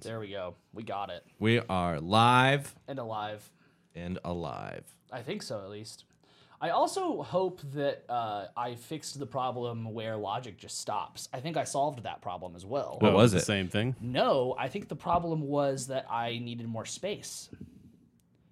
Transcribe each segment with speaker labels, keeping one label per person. Speaker 1: There we go. We got it.
Speaker 2: We are live
Speaker 1: And alive.
Speaker 2: and alive.
Speaker 1: I think so, at least. I also hope that uh, I fixed the problem where logic just stops. I think I solved that problem as well.
Speaker 2: What was
Speaker 3: Oh, the
Speaker 2: it?
Speaker 3: Same thing.
Speaker 1: No, I think the problem was that I needed more space.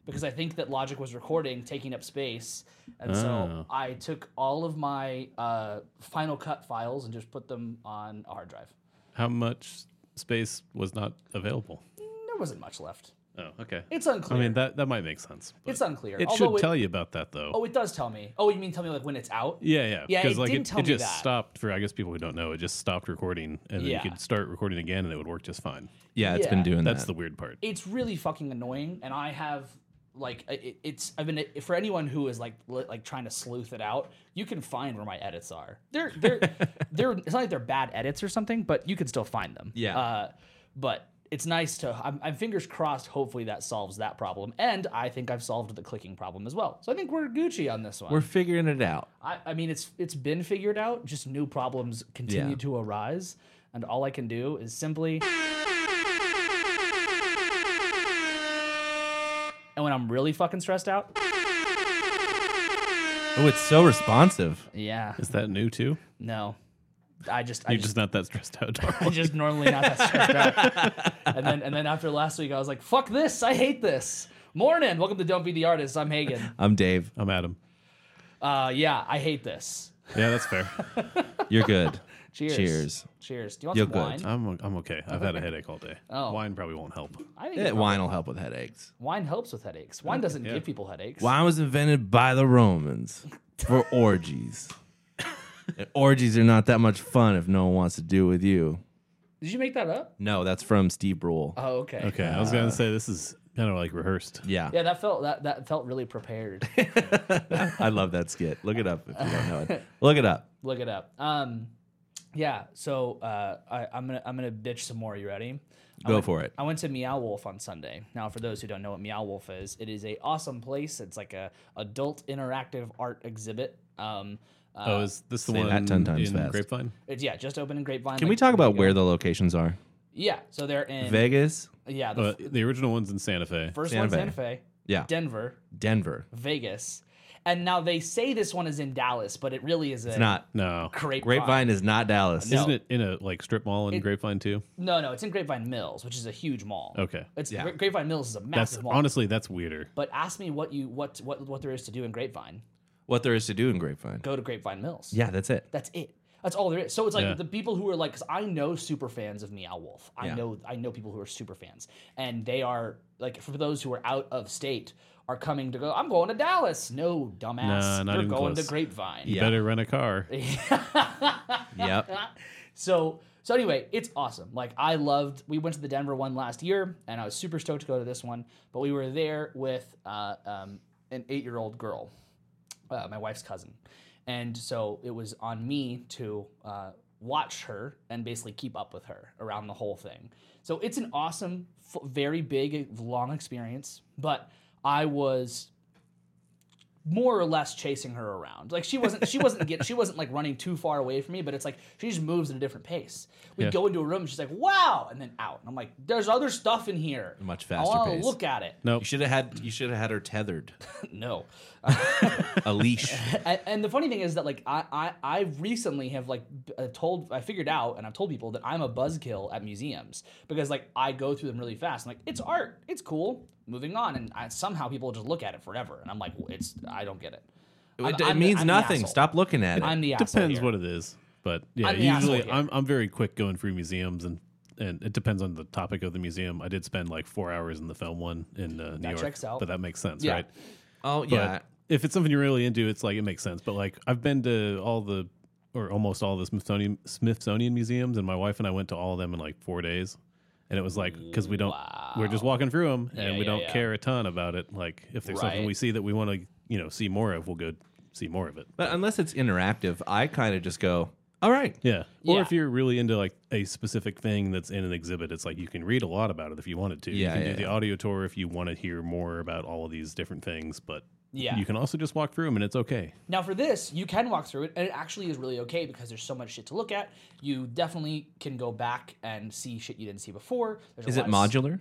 Speaker 1: Because I think that Logic was recording, taking up space. And so
Speaker 3: Oh.
Speaker 1: I took all of my uh, Final Cut files and just put them on a hard drive.
Speaker 3: How much space was not available?
Speaker 1: There wasn't much left.
Speaker 3: Oh, okay.
Speaker 1: It's
Speaker 3: I
Speaker 1: unclear.
Speaker 3: mean that that might make sense. but
Speaker 1: it's unclear.
Speaker 3: It
Speaker 1: Although
Speaker 3: should tell you about that though.
Speaker 1: Oh, it does tell me. Oh, you mean tell me like when it's out?
Speaker 3: yeah, yeah.
Speaker 1: Yeah,
Speaker 3: Because
Speaker 1: it
Speaker 3: like
Speaker 1: didn't
Speaker 3: it,
Speaker 1: tell
Speaker 3: it
Speaker 1: me
Speaker 3: just
Speaker 1: that.
Speaker 3: stopped for I guess people who don't know, it just stopped recording and then
Speaker 1: Yeah.
Speaker 3: you could start recording again and it would work just fine.
Speaker 2: Yeah, it's
Speaker 1: Yeah.
Speaker 2: been doing
Speaker 3: That's
Speaker 2: that.
Speaker 3: the weird part.
Speaker 1: It's really fucking annoying, and I have like I- it, it's. I've been for anyone who is like li- like trying to sleuth it out. You can find where my edits are. They're they're they're. It's not like they're bad edits or something, but you can still find them.
Speaker 2: Yeah.
Speaker 1: Uh, but it's nice to. I'm, I'm fingers crossed. Hopefully that solves that problem, and I think I've solved the clicking problem as well. So I think we're Gucci on this one.
Speaker 2: We're figuring it out.
Speaker 1: I, I mean, it's it's been figured out. Just new problems continue
Speaker 2: Yeah.
Speaker 1: to arise, and all I can do is simply. And when I'm really fucking stressed out,
Speaker 2: Oh, it's so responsive.
Speaker 1: yeah,
Speaker 3: Is that new too?
Speaker 1: no, I just I
Speaker 3: You're
Speaker 1: just,
Speaker 3: just not that stressed out. Dark.
Speaker 1: I'm just normally not that stressed out. And then and then after last week, I was like, fuck this, I hate this. Morning, welcome to Don't Be the Artist. I'm Hagen.
Speaker 2: I'm Dave.
Speaker 3: I'm Adam.
Speaker 1: Uh, yeah, I hate this.
Speaker 3: Yeah, that's fair.
Speaker 2: You're good.
Speaker 1: Cheers.
Speaker 2: Cheers.
Speaker 1: Cheers. Do you want
Speaker 2: You're
Speaker 1: some
Speaker 2: good. Uh,
Speaker 1: wine?
Speaker 3: I'm I'm okay. I've had a headache all day.
Speaker 1: Oh.
Speaker 3: Wine probably won't help.
Speaker 1: I think
Speaker 2: Eh,
Speaker 1: it's fine.
Speaker 2: wine will help with headaches.
Speaker 1: Wine helps with headaches. Wine doesn't give people headaches.
Speaker 2: Wine was invented by the Romans for orgies. and orgies are not that much fun if no one wants to do with you.
Speaker 1: Did you make that up?
Speaker 2: No, that's from Steve Brule.
Speaker 1: Oh, okay.
Speaker 3: Okay, I was gonna say this is kind of like rehearsed.
Speaker 2: yeah,
Speaker 1: Yeah, that felt that that felt really prepared.
Speaker 2: I love that skit. Look it up if you don't know it. Look it up.
Speaker 1: Look it up. Um, yeah. So uh, I, I'm gonna I'm gonna bitch some more. You ready? I
Speaker 2: Go
Speaker 1: went-
Speaker 2: for it.
Speaker 1: I went to Meow Wolf on Sunday. Now, for those who don't know what Meow Wolf is, it is a awesome place. It's like a adult interactive art exhibit. Um, uh,
Speaker 3: Oh, is this the
Speaker 2: Say
Speaker 3: one
Speaker 2: that 10 times
Speaker 3: in
Speaker 2: fast.
Speaker 3: Grapevine?
Speaker 1: it's yeah, just open in Grapevine.
Speaker 2: Can
Speaker 1: like,
Speaker 2: we talk
Speaker 1: a week
Speaker 2: about
Speaker 1: ago.
Speaker 2: where the locations are?
Speaker 1: Yeah, so they're in
Speaker 2: Vegas.
Speaker 1: yeah the
Speaker 3: Uh,
Speaker 1: f-
Speaker 3: the original one's in Santa Fe.
Speaker 1: first
Speaker 2: Santa
Speaker 1: one
Speaker 2: Fe.
Speaker 1: Santa Fe,
Speaker 2: Yeah.
Speaker 1: Denver,
Speaker 2: Denver.
Speaker 1: Vegas, and now they say this one is in Dallas, but it really is
Speaker 2: It's not.
Speaker 3: No,
Speaker 1: Grapevine.
Speaker 2: Grapevine is not Dallas.
Speaker 1: No.
Speaker 3: isn't it in a like strip mall in Grapevine too?
Speaker 1: No, no, it's in Grapevine Mills, which is a huge mall.
Speaker 3: Okay,
Speaker 1: It's
Speaker 2: Yeah.
Speaker 1: Gra- Grapevine Mills is a
Speaker 3: that's
Speaker 1: massive mall.
Speaker 3: honestly that's weirder.
Speaker 1: but ask me what you what what what there is to do in Grapevine.
Speaker 2: What there is to do in Grapevine.
Speaker 1: Go to Grapevine Mills.
Speaker 2: Yeah, that's it.
Speaker 1: That's it. That's all there is. So it's like
Speaker 3: Yeah.
Speaker 1: the people who are like, because I know super fans of Meow Wolf. I
Speaker 2: Yeah.
Speaker 1: know I know people who are super fans, and they are like for those who are out of state are coming to go. I'm going to Dallas. No, dumbass.
Speaker 3: Nah, not
Speaker 1: You're
Speaker 3: even
Speaker 1: going
Speaker 3: close.
Speaker 1: to Grapevine.
Speaker 2: Yeah.
Speaker 3: Better rent a car.
Speaker 2: Yep.
Speaker 1: So so anyway, it's awesome. Like I loved. We went to the Denver one last year, and I was super stoked to go to this one. But we were there with uh, um, an eight-year-old girl, uh, my wife's cousin, and so it was on me to uh, watch her and basically keep up with her around the whole thing. So it's an awesome, f- very big, long experience. But I was more or less chasing her around. Like she wasn't she wasn't get, she wasn't like running too far away from me, but it's like she just moves at a different pace. We
Speaker 3: Yeah.
Speaker 1: go into a room and she's like, "Wow," and then out. And I'm like, "There's other stuff in here."
Speaker 2: Much
Speaker 1: I
Speaker 2: faster
Speaker 1: wanna
Speaker 2: pace.
Speaker 1: look at it.
Speaker 3: Nope.
Speaker 2: You should have had. You should have had her tethered.
Speaker 1: No.
Speaker 2: A leash.
Speaker 1: and, and the funny thing is that like I I, I recently have like b- uh, told I figured out and I've told people that I'm a buzzkill at museums because like I go through them really fast. I'm like it's art, it's cool. Moving on, and I, somehow people just look at it forever, and I'm like, well, it's I don't get it. I'm-
Speaker 2: it it
Speaker 1: I'm the-
Speaker 2: means
Speaker 1: I'm the
Speaker 2: nothing.
Speaker 1: asshole.
Speaker 2: Stop looking at it.
Speaker 1: I'm the asshole
Speaker 3: depends
Speaker 1: here.
Speaker 3: what it is, but yeah,
Speaker 1: I'm the asshole
Speaker 3: usually
Speaker 1: here.
Speaker 3: I'm I'm very quick going through museums and. And it depends on the topic of the museum. I did spend like four hours in the film one in uh, New York,
Speaker 1: checks out.
Speaker 3: but that makes sense,
Speaker 1: Yeah.
Speaker 3: right?
Speaker 2: oh
Speaker 3: But
Speaker 2: yeah.
Speaker 3: if it's something you're really into, it's like it makes sense. But like I've been to all the or almost all the Smithsonian Smithsonian museums, and my wife and I went to all of them in like four days, and it was like because we don't we're just walking through them and
Speaker 1: Yeah,
Speaker 3: we
Speaker 1: yeah,
Speaker 3: don't
Speaker 1: yeah.
Speaker 3: care a ton about it. Like if there's something
Speaker 1: Right.
Speaker 3: we see that we want to you know see more of, we'll go see more of it.
Speaker 2: but unless it's interactive, I kind of just go. All right.
Speaker 3: Yeah. Or
Speaker 1: Yeah.
Speaker 3: if you're really into like a specific thing that's in an exhibit, it's like you can read a lot about it if you wanted to.
Speaker 2: Yeah,
Speaker 3: you can
Speaker 2: yeah,
Speaker 3: do the
Speaker 2: yeah.
Speaker 3: audio tour if you want to hear more about all of these different things, but
Speaker 1: Yeah.
Speaker 3: You can also just walk through them and it's okay.
Speaker 1: Now for this, you can walk through it, and it actually is really okay because there's so much shit to look at. You definitely can go back and see shit you didn't see before. There's a
Speaker 2: Is it
Speaker 1: lot of
Speaker 2: modular?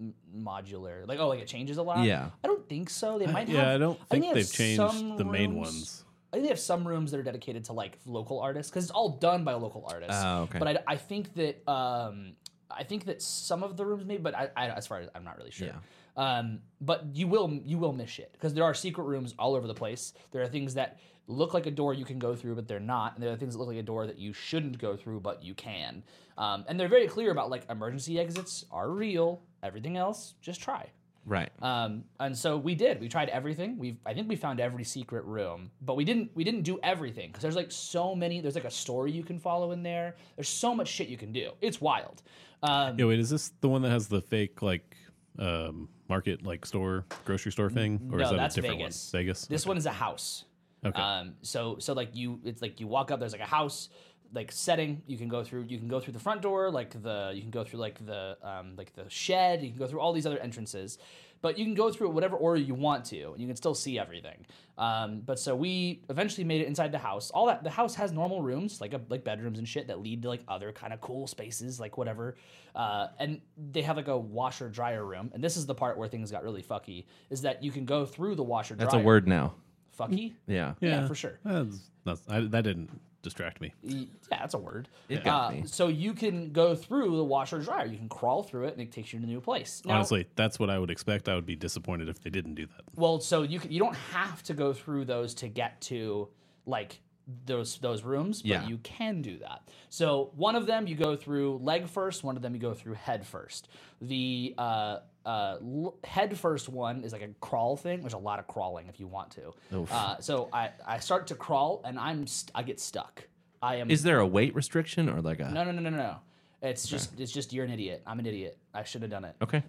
Speaker 1: s- modular? Like oh, like it changes a lot.
Speaker 2: Yeah.
Speaker 1: I don't think so. They might. have,
Speaker 3: yeah, I don't think
Speaker 1: they have
Speaker 3: they've changed
Speaker 1: some
Speaker 3: the main
Speaker 1: rooms-
Speaker 3: ones.
Speaker 1: I think they have some rooms that are dedicated to like local artists because it's all done by local artists.
Speaker 2: Oh, okay.
Speaker 1: But I, I think that um, I think that some of the rooms maybe, but I, I as far as I'm not really sure.
Speaker 2: Yeah.
Speaker 1: Um, but you will you will miss shit because there are secret rooms all over the place. There are things that look like a door you can go through, but they're not, and there are things that look like a door that you shouldn't go through, but you can. Um, and they're very clear about like emergency exits are real. Everything else, just try.
Speaker 2: Right.
Speaker 1: Um, and so we did. We tried everything. We I think we found every secret room, but we didn't. We didn't do everything because there's like so many. There's like a story you can follow in there. There's so much shit you can do. It's wild. Um,
Speaker 3: Yeah, wait, is this the one that has the fake like um, market like store grocery store thing, or
Speaker 1: no,
Speaker 3: is that
Speaker 1: that's
Speaker 3: a different
Speaker 1: Vegas.
Speaker 3: one? Vegas.
Speaker 1: This one is a house.
Speaker 3: Okay.
Speaker 1: Um, so so like you, it's like you walk up. There's like a house, like setting. You can go through. You can go through the front door. Like the you can go through like the um, like the shed. You can go through all these other entrances, but you can go through it whatever order you want to, and you can still see everything. Um, but so we eventually made it inside the house. All that the house has normal rooms, like a, like bedrooms and shit that lead to like other kind of cool spaces, like whatever. Uh, and they have like a washer dryer room, and this is the part where things got really fucky. Is that you can go through the washer.
Speaker 2: That's a
Speaker 1: dryer.
Speaker 2: word now.
Speaker 1: Fucky.
Speaker 2: Yeah.
Speaker 1: Yeah, for sure.
Speaker 3: That's, that's- I- that didn't distract me.
Speaker 1: Y- Yeah, that's a word. Uh,
Speaker 2: It got me.
Speaker 1: So you can go through the washer dryer. You can crawl through it, and it takes you to a new place. Now-
Speaker 3: Honestly, that's what I would expect. I would be disappointed if they didn't do that.
Speaker 1: well, so you can, you don't have to go through those to get to like those those rooms, but
Speaker 2: Yeah.
Speaker 1: you can do that. So one of them you go through leg first. One of them you go through head first. The uh, uh, l- head first one is like a crawl thing. There's a lot of crawling if you want to. Uh, so I I start to crawl and I'm st- I get stuck. I am
Speaker 2: Is there a weight restriction or like a?
Speaker 1: No, no, no, no, no, no. It's just, it's just you're an idiot. I'm an idiot. I should have done it.
Speaker 2: Okay.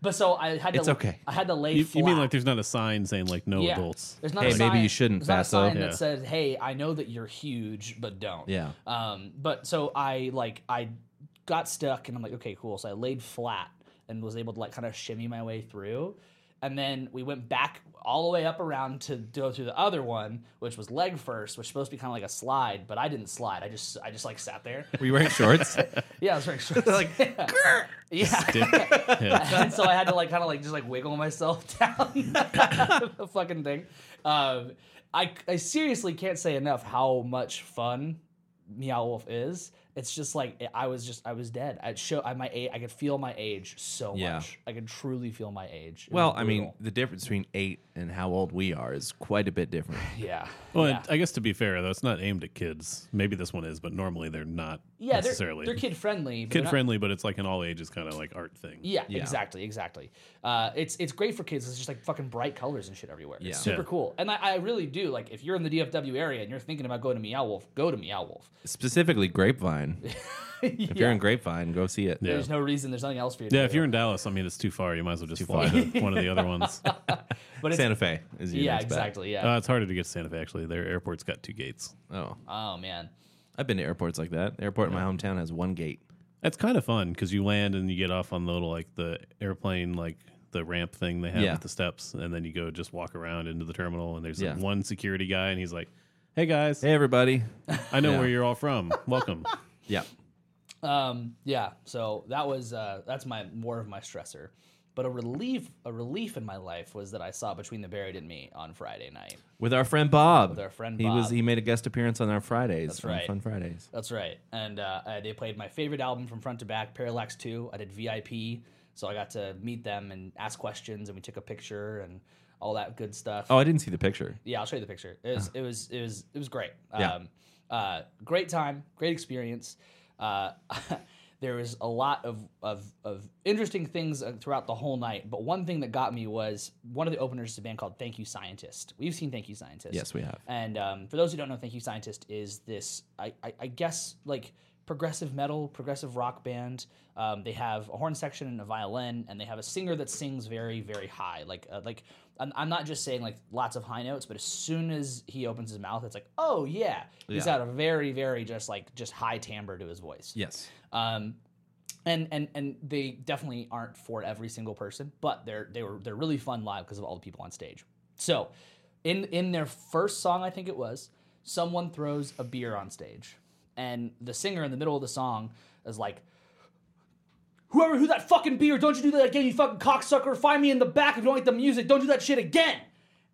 Speaker 1: But so I had to.
Speaker 2: It's okay.
Speaker 1: I had to lay.
Speaker 3: You,
Speaker 1: flat.
Speaker 3: you mean like there's not a sign saying like no
Speaker 1: yeah.
Speaker 3: adults?
Speaker 1: There's not a
Speaker 2: Hey, maybe
Speaker 1: sign-
Speaker 2: you shouldn't,
Speaker 1: There's not a
Speaker 2: Vaso.
Speaker 1: sign
Speaker 3: Yeah.
Speaker 1: that says, "Hey, I know that you're huge, but don't."
Speaker 2: Yeah.
Speaker 1: Um. But so I like I got stuck, and I'm like, okay, cool. So I laid flat and was able to like kind of shimmy my way through, and then we went back all the way up around to go through the other one, which was leg first, which was supposed to be kind of like a slide, but I didn't slide. I just I just like sat there.
Speaker 2: Were you wearing shorts?
Speaker 1: Yeah, I was wearing shorts. like, yeah. and so I had to like kind of like just like wiggle myself down the fucking thing. Um, I I seriously can't say enough how much fun Meow Wolf is. It's just like I was just I was dead. I show I my age. I could feel my age so
Speaker 2: Yeah.
Speaker 1: much. I could truly feel my age. It was
Speaker 2: well, I mean,
Speaker 1: brutal.
Speaker 2: the difference between eight and how old we are is quite a bit different.
Speaker 1: yeah.
Speaker 3: Well,
Speaker 1: yeah.
Speaker 3: I guess to be fair, though, it's not aimed at kids. Maybe this one is, but normally they're not
Speaker 1: yeah, they're,
Speaker 3: necessarily
Speaker 1: they're kid friendly. but they're
Speaker 3: kid
Speaker 1: not-
Speaker 3: friendly. But it's like an all ages kind of like art thing.
Speaker 1: Yeah,
Speaker 2: Yeah.
Speaker 1: exactly, exactly. Uh, it's it's great for kids. It's just like fucking bright colors and shit everywhere.
Speaker 2: Yeah.
Speaker 1: It's super
Speaker 3: Yeah.
Speaker 1: cool. And I, I really do like if you're in the DFW area and you're thinking about going to Meow Wolf, go to Meow Wolf.
Speaker 2: Specifically, Grapevine. If you're in Grapevine, go see it.
Speaker 1: There's no reason. There's nothing else for you. To
Speaker 3: Yeah,
Speaker 1: do.
Speaker 3: if you're in Dallas, I mean, it's too far. You might as well just fly to one of the other ones. Uh,
Speaker 1: but it's,
Speaker 2: Santa Fe is your
Speaker 1: yeah,
Speaker 2: next bet.
Speaker 1: exactly. Yeah.
Speaker 3: it's harder to get to Santa Fe, actually. Their airport's got two gates.
Speaker 2: Oh,
Speaker 1: oh man.
Speaker 2: I've been to airports like that. The airport in my hometown has one gate.
Speaker 3: That's kind of fun because you land and you get off on the little, like, the airplane, like, the ramp thing they have
Speaker 2: Yeah.
Speaker 3: with the steps. And then you go just walk around into the terminal, and there's like,
Speaker 2: Yeah.
Speaker 3: one security guy, and he's like, Hey guys,
Speaker 2: Hey, everybody.
Speaker 3: I know
Speaker 2: Yeah.
Speaker 3: where you're all from. Welcome.
Speaker 2: yeah.
Speaker 1: Um, yeah. So that was uh, that's my more of my stressor. But a relief, a relief in my life was that I saw Between the Buried and Me on Friday night.
Speaker 2: With our friend Bob. With
Speaker 1: our friend
Speaker 2: he was
Speaker 1: Bob.
Speaker 2: he made a guest appearance on our Fridays. That's
Speaker 1: right.
Speaker 2: Fun Fridays.
Speaker 1: That's right. And uh, I, they played my favorite album from front to back, Parallax 2. I did VIP, so I got to meet them and ask questions, and we took a picture and all that good stuff.
Speaker 2: Oh, I didn't see the picture.
Speaker 1: Yeah, I'll show you the picture. It was, it was, it was, it was great.
Speaker 2: Yeah.
Speaker 1: Um, uh, great time, great experience. Uh, there was a lot of, of, of interesting things uh, throughout the whole night, but one thing that got me was one of the openers is a band called Thank You Scientist. We've seen Thank You Scientist.
Speaker 2: Yes, we have.
Speaker 1: And um, for those who don't know, Thank You Scientist is this, I, I, I guess, like progressive metal, progressive rock band. Um, they have a horn section and a violin, and they have a singer that sings very, very high. Like, uh, like I'm, I'm not just saying like lots of high notes, but as soon as he opens his mouth, it's like, oh yeah, he's
Speaker 2: Yeah.
Speaker 1: got a very, very just like just high timbre to his voice.
Speaker 2: Yes.
Speaker 1: Um, and and and they definitely aren't for every single person, but they're they were they're really fun live because of all the people on stage. So, in in their first song, I think it was, someone throws a beer on stage, and the singer in the middle of the song is like. Whoever who that fucking beer, don't you do that again, you fucking cocksucker. Find me in the back if you don't like the music. Don't do that shit again.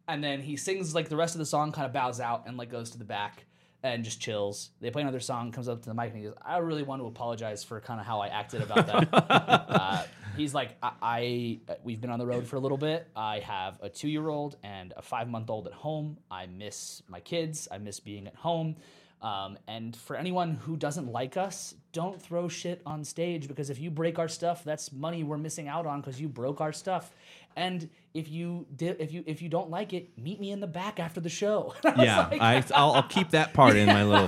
Speaker 1: And then he sings like the rest of the song, kind of bows out and like goes to the back and just chills. They play another song, comes up to the mic and he goes, "I really want to apologize for kind of how I acted about that." uh, he's like, I, "I we've been on the road for a little bit. I have a two year old and a five month old at home. I miss my kids. I miss being at home." Um, and for anyone who doesn't like us, don't throw shit on stage because if you break our stuff, that's money we're missing out on because you broke our stuff. And if you di- if you if you don't like it, meet me in the back after the show.
Speaker 2: Yeah, I, I'll, I'll keep that part in my little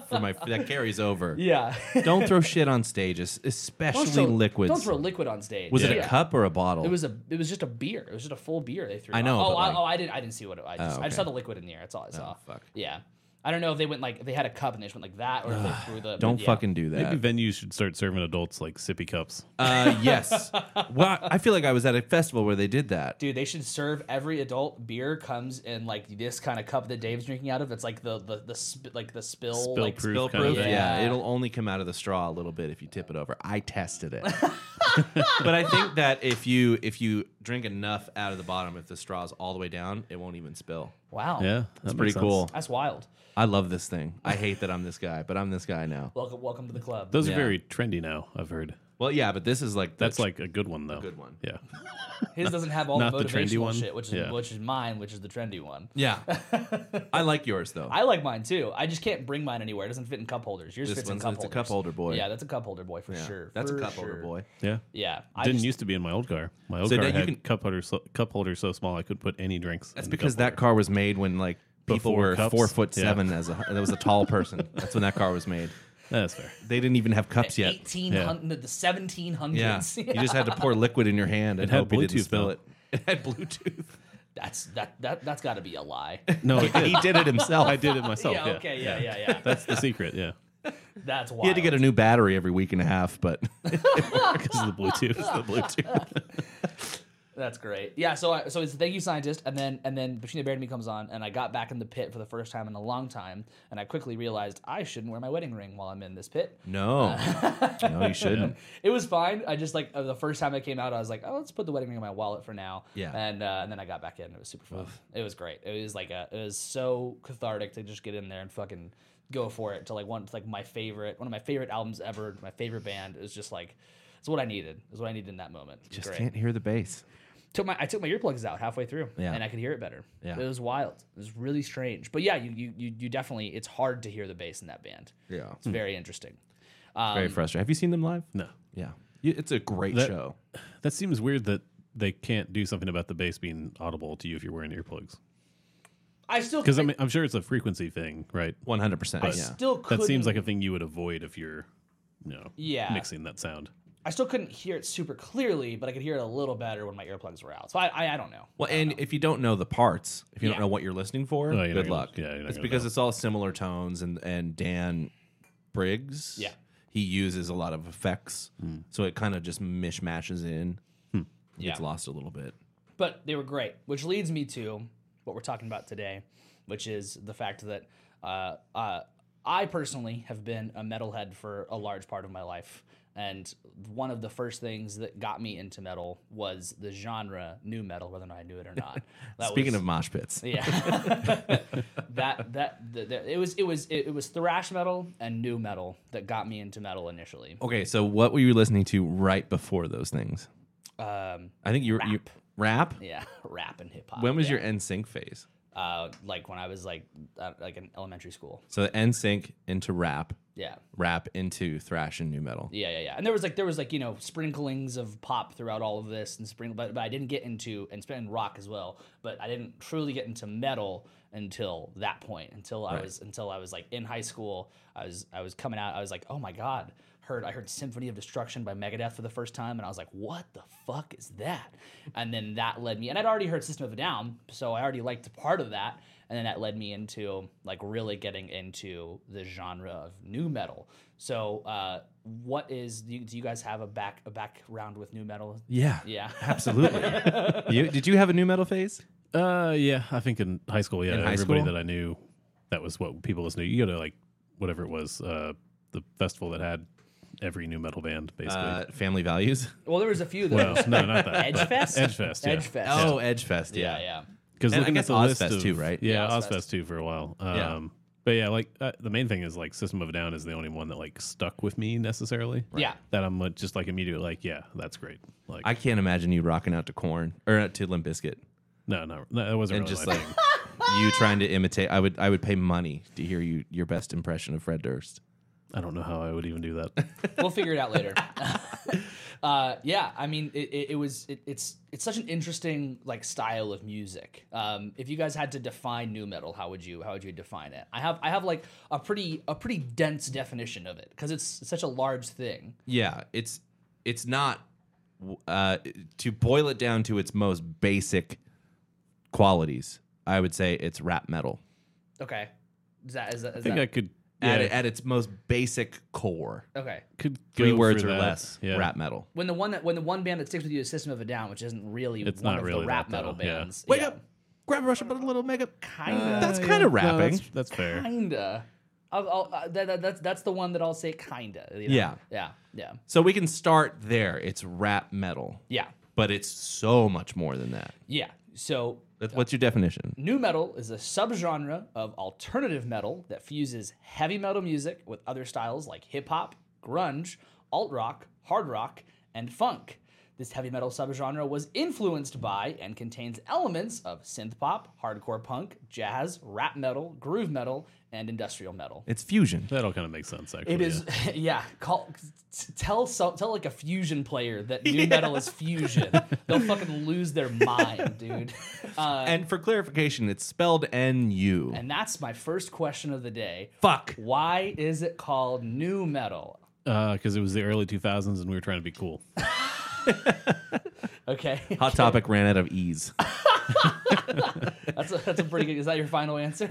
Speaker 2: for my that carries over.
Speaker 1: yeah.
Speaker 2: Don't throw shit on stage, es- especially
Speaker 1: Don't throw-
Speaker 2: liquids.
Speaker 1: Don't throw liquid on stage.
Speaker 2: was it
Speaker 1: Yeah.
Speaker 2: a cup or a bottle?
Speaker 1: It was a. It was just a beer. It was just a full beer they threw.
Speaker 2: I know,
Speaker 1: Oh,
Speaker 2: but
Speaker 1: I,
Speaker 2: like- Oh,
Speaker 1: oh, I didn't. I didn't see what. It, I, just, I just saw
Speaker 2: okay. Oh,
Speaker 1: the liquid in the air. That's all I saw.
Speaker 2: fuck.
Speaker 1: Yeah. I don't know if they went like if they had a cup and they just went like that, or if they threw the.
Speaker 2: Don't
Speaker 1: yeah.
Speaker 2: fucking do that.
Speaker 3: Maybe venues should start serving adults like sippy cups.
Speaker 2: Uh, yes. Well, I feel like I was at a festival where they did that.
Speaker 1: Dude, they should serve every adult beer comes in like this kind of cup that Dave's drinking out of. It's like the the the sp- like the spill, like
Speaker 3: proof
Speaker 2: Spill
Speaker 3: kind
Speaker 2: proof.
Speaker 3: of thing.
Speaker 2: Yeah.
Speaker 1: Yeah.
Speaker 2: it'll only come out of the straw a little bit if you tip it over. I tested it, but I think that if you if you drink enough out of the bottom, if the straw's all the way down, it won't even spill.
Speaker 1: Wow.
Speaker 3: Yeah, that
Speaker 2: That's
Speaker 3: makes
Speaker 2: pretty
Speaker 3: sense.
Speaker 2: cool.
Speaker 1: That's wild.
Speaker 2: I love this thing. I hate that I'm this guy, but I'm this guy now.
Speaker 1: Welcome welcome to the club.
Speaker 3: Those
Speaker 2: Yeah.
Speaker 3: are very trendy now. I've heard.
Speaker 2: Well, yeah, but this is like the
Speaker 3: That's like a good one though.
Speaker 2: good one.
Speaker 3: Yeah.
Speaker 1: His doesn't have all the
Speaker 3: Not the trendy
Speaker 1: motivational
Speaker 3: one?
Speaker 1: shit, which is
Speaker 3: Yeah.
Speaker 1: which is mine, which is the trendy one.
Speaker 2: yeah. I like yours though.
Speaker 1: I like mine too. I just can't bring mine anywhere. It doesn't fit in cup holders. Yours
Speaker 2: This
Speaker 1: fits in
Speaker 2: one's-
Speaker 1: cup
Speaker 2: it's a
Speaker 1: holders.
Speaker 2: cup holder boy.
Speaker 1: Yeah, that's a cup holder boy for
Speaker 2: Yeah,
Speaker 1: sure.
Speaker 2: That's a
Speaker 1: for
Speaker 2: cup holder
Speaker 1: sure.
Speaker 2: boy.
Speaker 3: Yeah.
Speaker 1: Yeah, I
Speaker 3: Didn't
Speaker 1: just-
Speaker 3: used to be in my old car. My old
Speaker 2: So
Speaker 3: car
Speaker 2: that you
Speaker 3: had
Speaker 2: can-
Speaker 3: cup holder so, cup holder so small I could put any drinks.
Speaker 2: That's
Speaker 3: in the
Speaker 2: because
Speaker 3: cup
Speaker 2: that car was made when like people
Speaker 3: Before
Speaker 2: were
Speaker 3: cups?
Speaker 2: four foot
Speaker 3: Yeah.
Speaker 2: seven as a that was a tall person. That's when that car was made.
Speaker 3: holder. That's fair.
Speaker 2: They didn't even have cups yet.
Speaker 1: eighteen hundred, the seventeen
Speaker 2: Yeah.
Speaker 1: hundreds.
Speaker 2: You just had to pour liquid in your hand and
Speaker 3: had
Speaker 2: hope you didn't
Speaker 3: Bluetooth,
Speaker 2: spill
Speaker 3: though.
Speaker 2: it. It had Bluetooth.
Speaker 1: that's that that that's got to be a lie.
Speaker 3: No, it did.
Speaker 2: he did it himself.
Speaker 3: I did it
Speaker 2: Oh,
Speaker 3: myself.
Speaker 1: yeah, okay, yeah, yeah, yeah.
Speaker 3: That's the secret. Yeah.
Speaker 1: That's wild.
Speaker 2: He had to get a new battery every week and a half, but
Speaker 3: Because of the Bluetooth. the Bluetooth.
Speaker 1: That's great. Yeah. So I, so it's thank you scientist, and then and then between the bear and me comes on, and I got back in the pit for the first time in a long time, and I quickly realized I shouldn't wear my wedding ring while I'm in this pit.
Speaker 2: no. No, you shouldn't.
Speaker 1: It was fine. I just like uh, the first time I came out, I was like, oh, let's put the wedding ring in my wallet for now.
Speaker 2: Yeah.
Speaker 1: And uh, and then I got back in. It was super fun. It was great. It was like a, it was so cathartic to just get in there and fucking go for it. To like one, it's like my favorite, one of my favorite albums ever. My favorite band. It was just like. It's what I needed. It's what I needed in that moment. It was
Speaker 2: Just
Speaker 1: great.
Speaker 2: can't hear the bass.
Speaker 1: took my I took my earplugs out halfway through,
Speaker 2: Yeah.
Speaker 1: and I could hear it better.
Speaker 2: Yeah.
Speaker 1: it was wild. It was really strange. But yeah, you you you, you definitely it's hard to hear the bass in that band.
Speaker 2: Yeah.
Speaker 1: it's very interesting. Um,
Speaker 2: Very frustrating. Have you seen them live?
Speaker 3: No.
Speaker 2: Yeah. You- It's a great
Speaker 3: That-
Speaker 2: show.
Speaker 3: That seems weird that they can't do something about the bass being audible to you if you're wearing earplugs.
Speaker 1: I still
Speaker 3: Because I
Speaker 1: think-
Speaker 3: mean, I'm sure it's a frequency thing, right?
Speaker 2: 100%. Yeah.
Speaker 1: still
Speaker 3: That seems
Speaker 1: couldn't-
Speaker 3: like a thing you would avoid if you're, you know,
Speaker 1: Yeah.
Speaker 3: mixing that sound.
Speaker 1: I still couldn't hear it super clearly, but I could hear it a little better when my earplugs were out. So I I, I don't know.
Speaker 2: Well, and if you don't know the parts, if you
Speaker 1: Yeah.
Speaker 2: don't know what you're listening for,
Speaker 3: No, you're not
Speaker 2: good
Speaker 3: gonna-
Speaker 2: luck.
Speaker 3: yeah, you're not
Speaker 2: it's
Speaker 3: gonna
Speaker 2: because
Speaker 3: know.
Speaker 2: it's all similar tones, and and Dan Briggs,
Speaker 1: Yeah.
Speaker 2: he uses a lot of effects, so it kind of just mishmashes in. It Gets
Speaker 1: Yeah.
Speaker 2: lost a little bit.
Speaker 1: But they were great, which leads me to what we're talking about today, which is the fact that uh, uh, I personally have been a metalhead for a large part of my life. And one of the first things that got me into metal was the genre new metal, whether or not I knew it or not. That
Speaker 2: Speaking
Speaker 1: was-
Speaker 2: of mosh pits,
Speaker 1: yeah, that that the, the, it was it was it, it was thrash metal and new metal that got me into metal initially.
Speaker 2: okay, so what were you listening to right before those things?
Speaker 1: Um,
Speaker 2: I think you you rap.
Speaker 1: yeah, rap and hip hop.
Speaker 2: When was your NSYNC phase?
Speaker 1: uh, like when I was like uh, like in elementary school.
Speaker 2: So NSYNC into rap,
Speaker 1: Yeah.
Speaker 2: rap into thrash and new metal.
Speaker 1: Yeah, yeah, yeah. And there was like there was like you know sprinklings of pop throughout all of this and sprinkle, but, but I didn't get into and spin rock as well. But I didn't truly get into metal until that point. Until I was until I was like in high school. I was I was coming out. I was like, oh my god, heard I heard Symphony of Destruction by Megadeth for the first time, and I was like, what the fuck is that? And then that led me, and I'd already heard System of a Down, so I already liked part of that. And then that led me into like really getting into the genre of new metal. So, uh, what is do you, do you guys have a back a background with new metal?
Speaker 2: Yeah,
Speaker 1: Yeah,
Speaker 2: absolutely. you, did you have a new metal phase?
Speaker 3: Uh, yeah, I think in high school, yeah,
Speaker 2: In high
Speaker 3: everybody
Speaker 2: school?
Speaker 3: that I knew, that was what people listened to. You go to like whatever it was, uh, the festival that had every new metal band, basically.
Speaker 2: Uh, family values.
Speaker 1: Well, there was a few that
Speaker 3: well, no, not that. but
Speaker 1: Edgefest.
Speaker 3: Edgefest, yeah.
Speaker 1: Edgefest.
Speaker 2: Oh, Edgefest. Yeah.
Speaker 1: yeah, yeah.
Speaker 3: Because
Speaker 2: And I
Speaker 3: looking
Speaker 2: guess
Speaker 3: at the list
Speaker 2: Ozfest
Speaker 3: of,
Speaker 2: too, right?
Speaker 3: Yeah,
Speaker 1: Yeah,
Speaker 3: Ozfest.
Speaker 1: Ozfest.
Speaker 3: too for a while. Um,
Speaker 2: Yeah.
Speaker 3: but yeah, like uh, the main thing is like System of a Down is the only one that like stuck with me necessarily.
Speaker 1: Yeah.
Speaker 3: that I'm like, just like immediately like, yeah, that's great. Like,
Speaker 2: I can't imagine you rocking out to Corn or uh, to Limp Bizkit
Speaker 3: no, no, no, that wasn't
Speaker 2: and
Speaker 3: really
Speaker 2: just
Speaker 3: my
Speaker 2: like
Speaker 3: thing.
Speaker 2: you trying to imitate. I would I would pay money to hear you your best impression of Fred Durst.
Speaker 3: I don't know how I would even do that.
Speaker 1: We'll figure it out later. uh, yeah, I mean, it, it, it was it, it's it's such an interesting like style of music. Um, if you guys had to define new metal, how would you how would you define it? I have I have like a pretty a pretty dense definition of it because it's such a large thing.
Speaker 2: Yeah, it's it's not uh, to boil it down to its most basic qualities. I would say it's rap metal
Speaker 1: Okay, is that is that, is
Speaker 3: I think
Speaker 1: that
Speaker 3: I could.
Speaker 2: at,
Speaker 3: Yeah,
Speaker 2: at its most basic core.
Speaker 1: okay?
Speaker 3: could
Speaker 2: Three
Speaker 3: go
Speaker 2: words
Speaker 3: for
Speaker 2: or
Speaker 3: that.
Speaker 2: less.
Speaker 3: Yeah.
Speaker 2: Rap metal.
Speaker 1: When the one that when the one band that sticks with you is System of a Down, which isn't really
Speaker 3: It's
Speaker 1: one
Speaker 3: not
Speaker 1: of
Speaker 3: really
Speaker 1: the rap
Speaker 3: that,
Speaker 1: metal
Speaker 3: though. Yeah.
Speaker 1: bands.
Speaker 2: Wake
Speaker 1: Yeah.
Speaker 2: up, grab a brush up a little mega.
Speaker 1: Kinda.
Speaker 2: That's kind of
Speaker 3: Uh, No,
Speaker 2: rapping.
Speaker 3: that's, that's fair.
Speaker 1: kinda. I'll, I'll, uh, that, that, that's that's the one that I'll say kinda. you know?
Speaker 2: Yeah.
Speaker 1: yeah, yeah,
Speaker 2: so we can start there. It's rap metal,
Speaker 1: yeah,
Speaker 2: but it's so much more than that.
Speaker 1: yeah. So
Speaker 2: That's, what's your definition?
Speaker 1: new metal is a subgenre of alternative metal that fuses heavy metal music with other styles like hip hop, grunge, alt rock, hard rock, and funk. This heavy metal subgenre was influenced by and contains elements of synth pop, hardcore punk, jazz, rap metal, groove metal, and industrial metal.
Speaker 2: It's fusion.
Speaker 3: That all kind of makes sense. Actually,
Speaker 1: It
Speaker 3: yeah.
Speaker 1: is, yeah. call, t- tell some, tell like a fusion player that new metal is fusion. They'll fucking lose their mind, dude. Uh,
Speaker 2: And for clarification, it's spelled N U.
Speaker 1: and that's my first question of the day.
Speaker 2: Fuck.
Speaker 1: Why is it called new metal?
Speaker 3: because Uh, it was the early 2000s and we were trying to be cool.
Speaker 1: Okay,
Speaker 2: Hot Topic ran out of ease.
Speaker 1: that's a, that's a pretty good. Is that your final answer?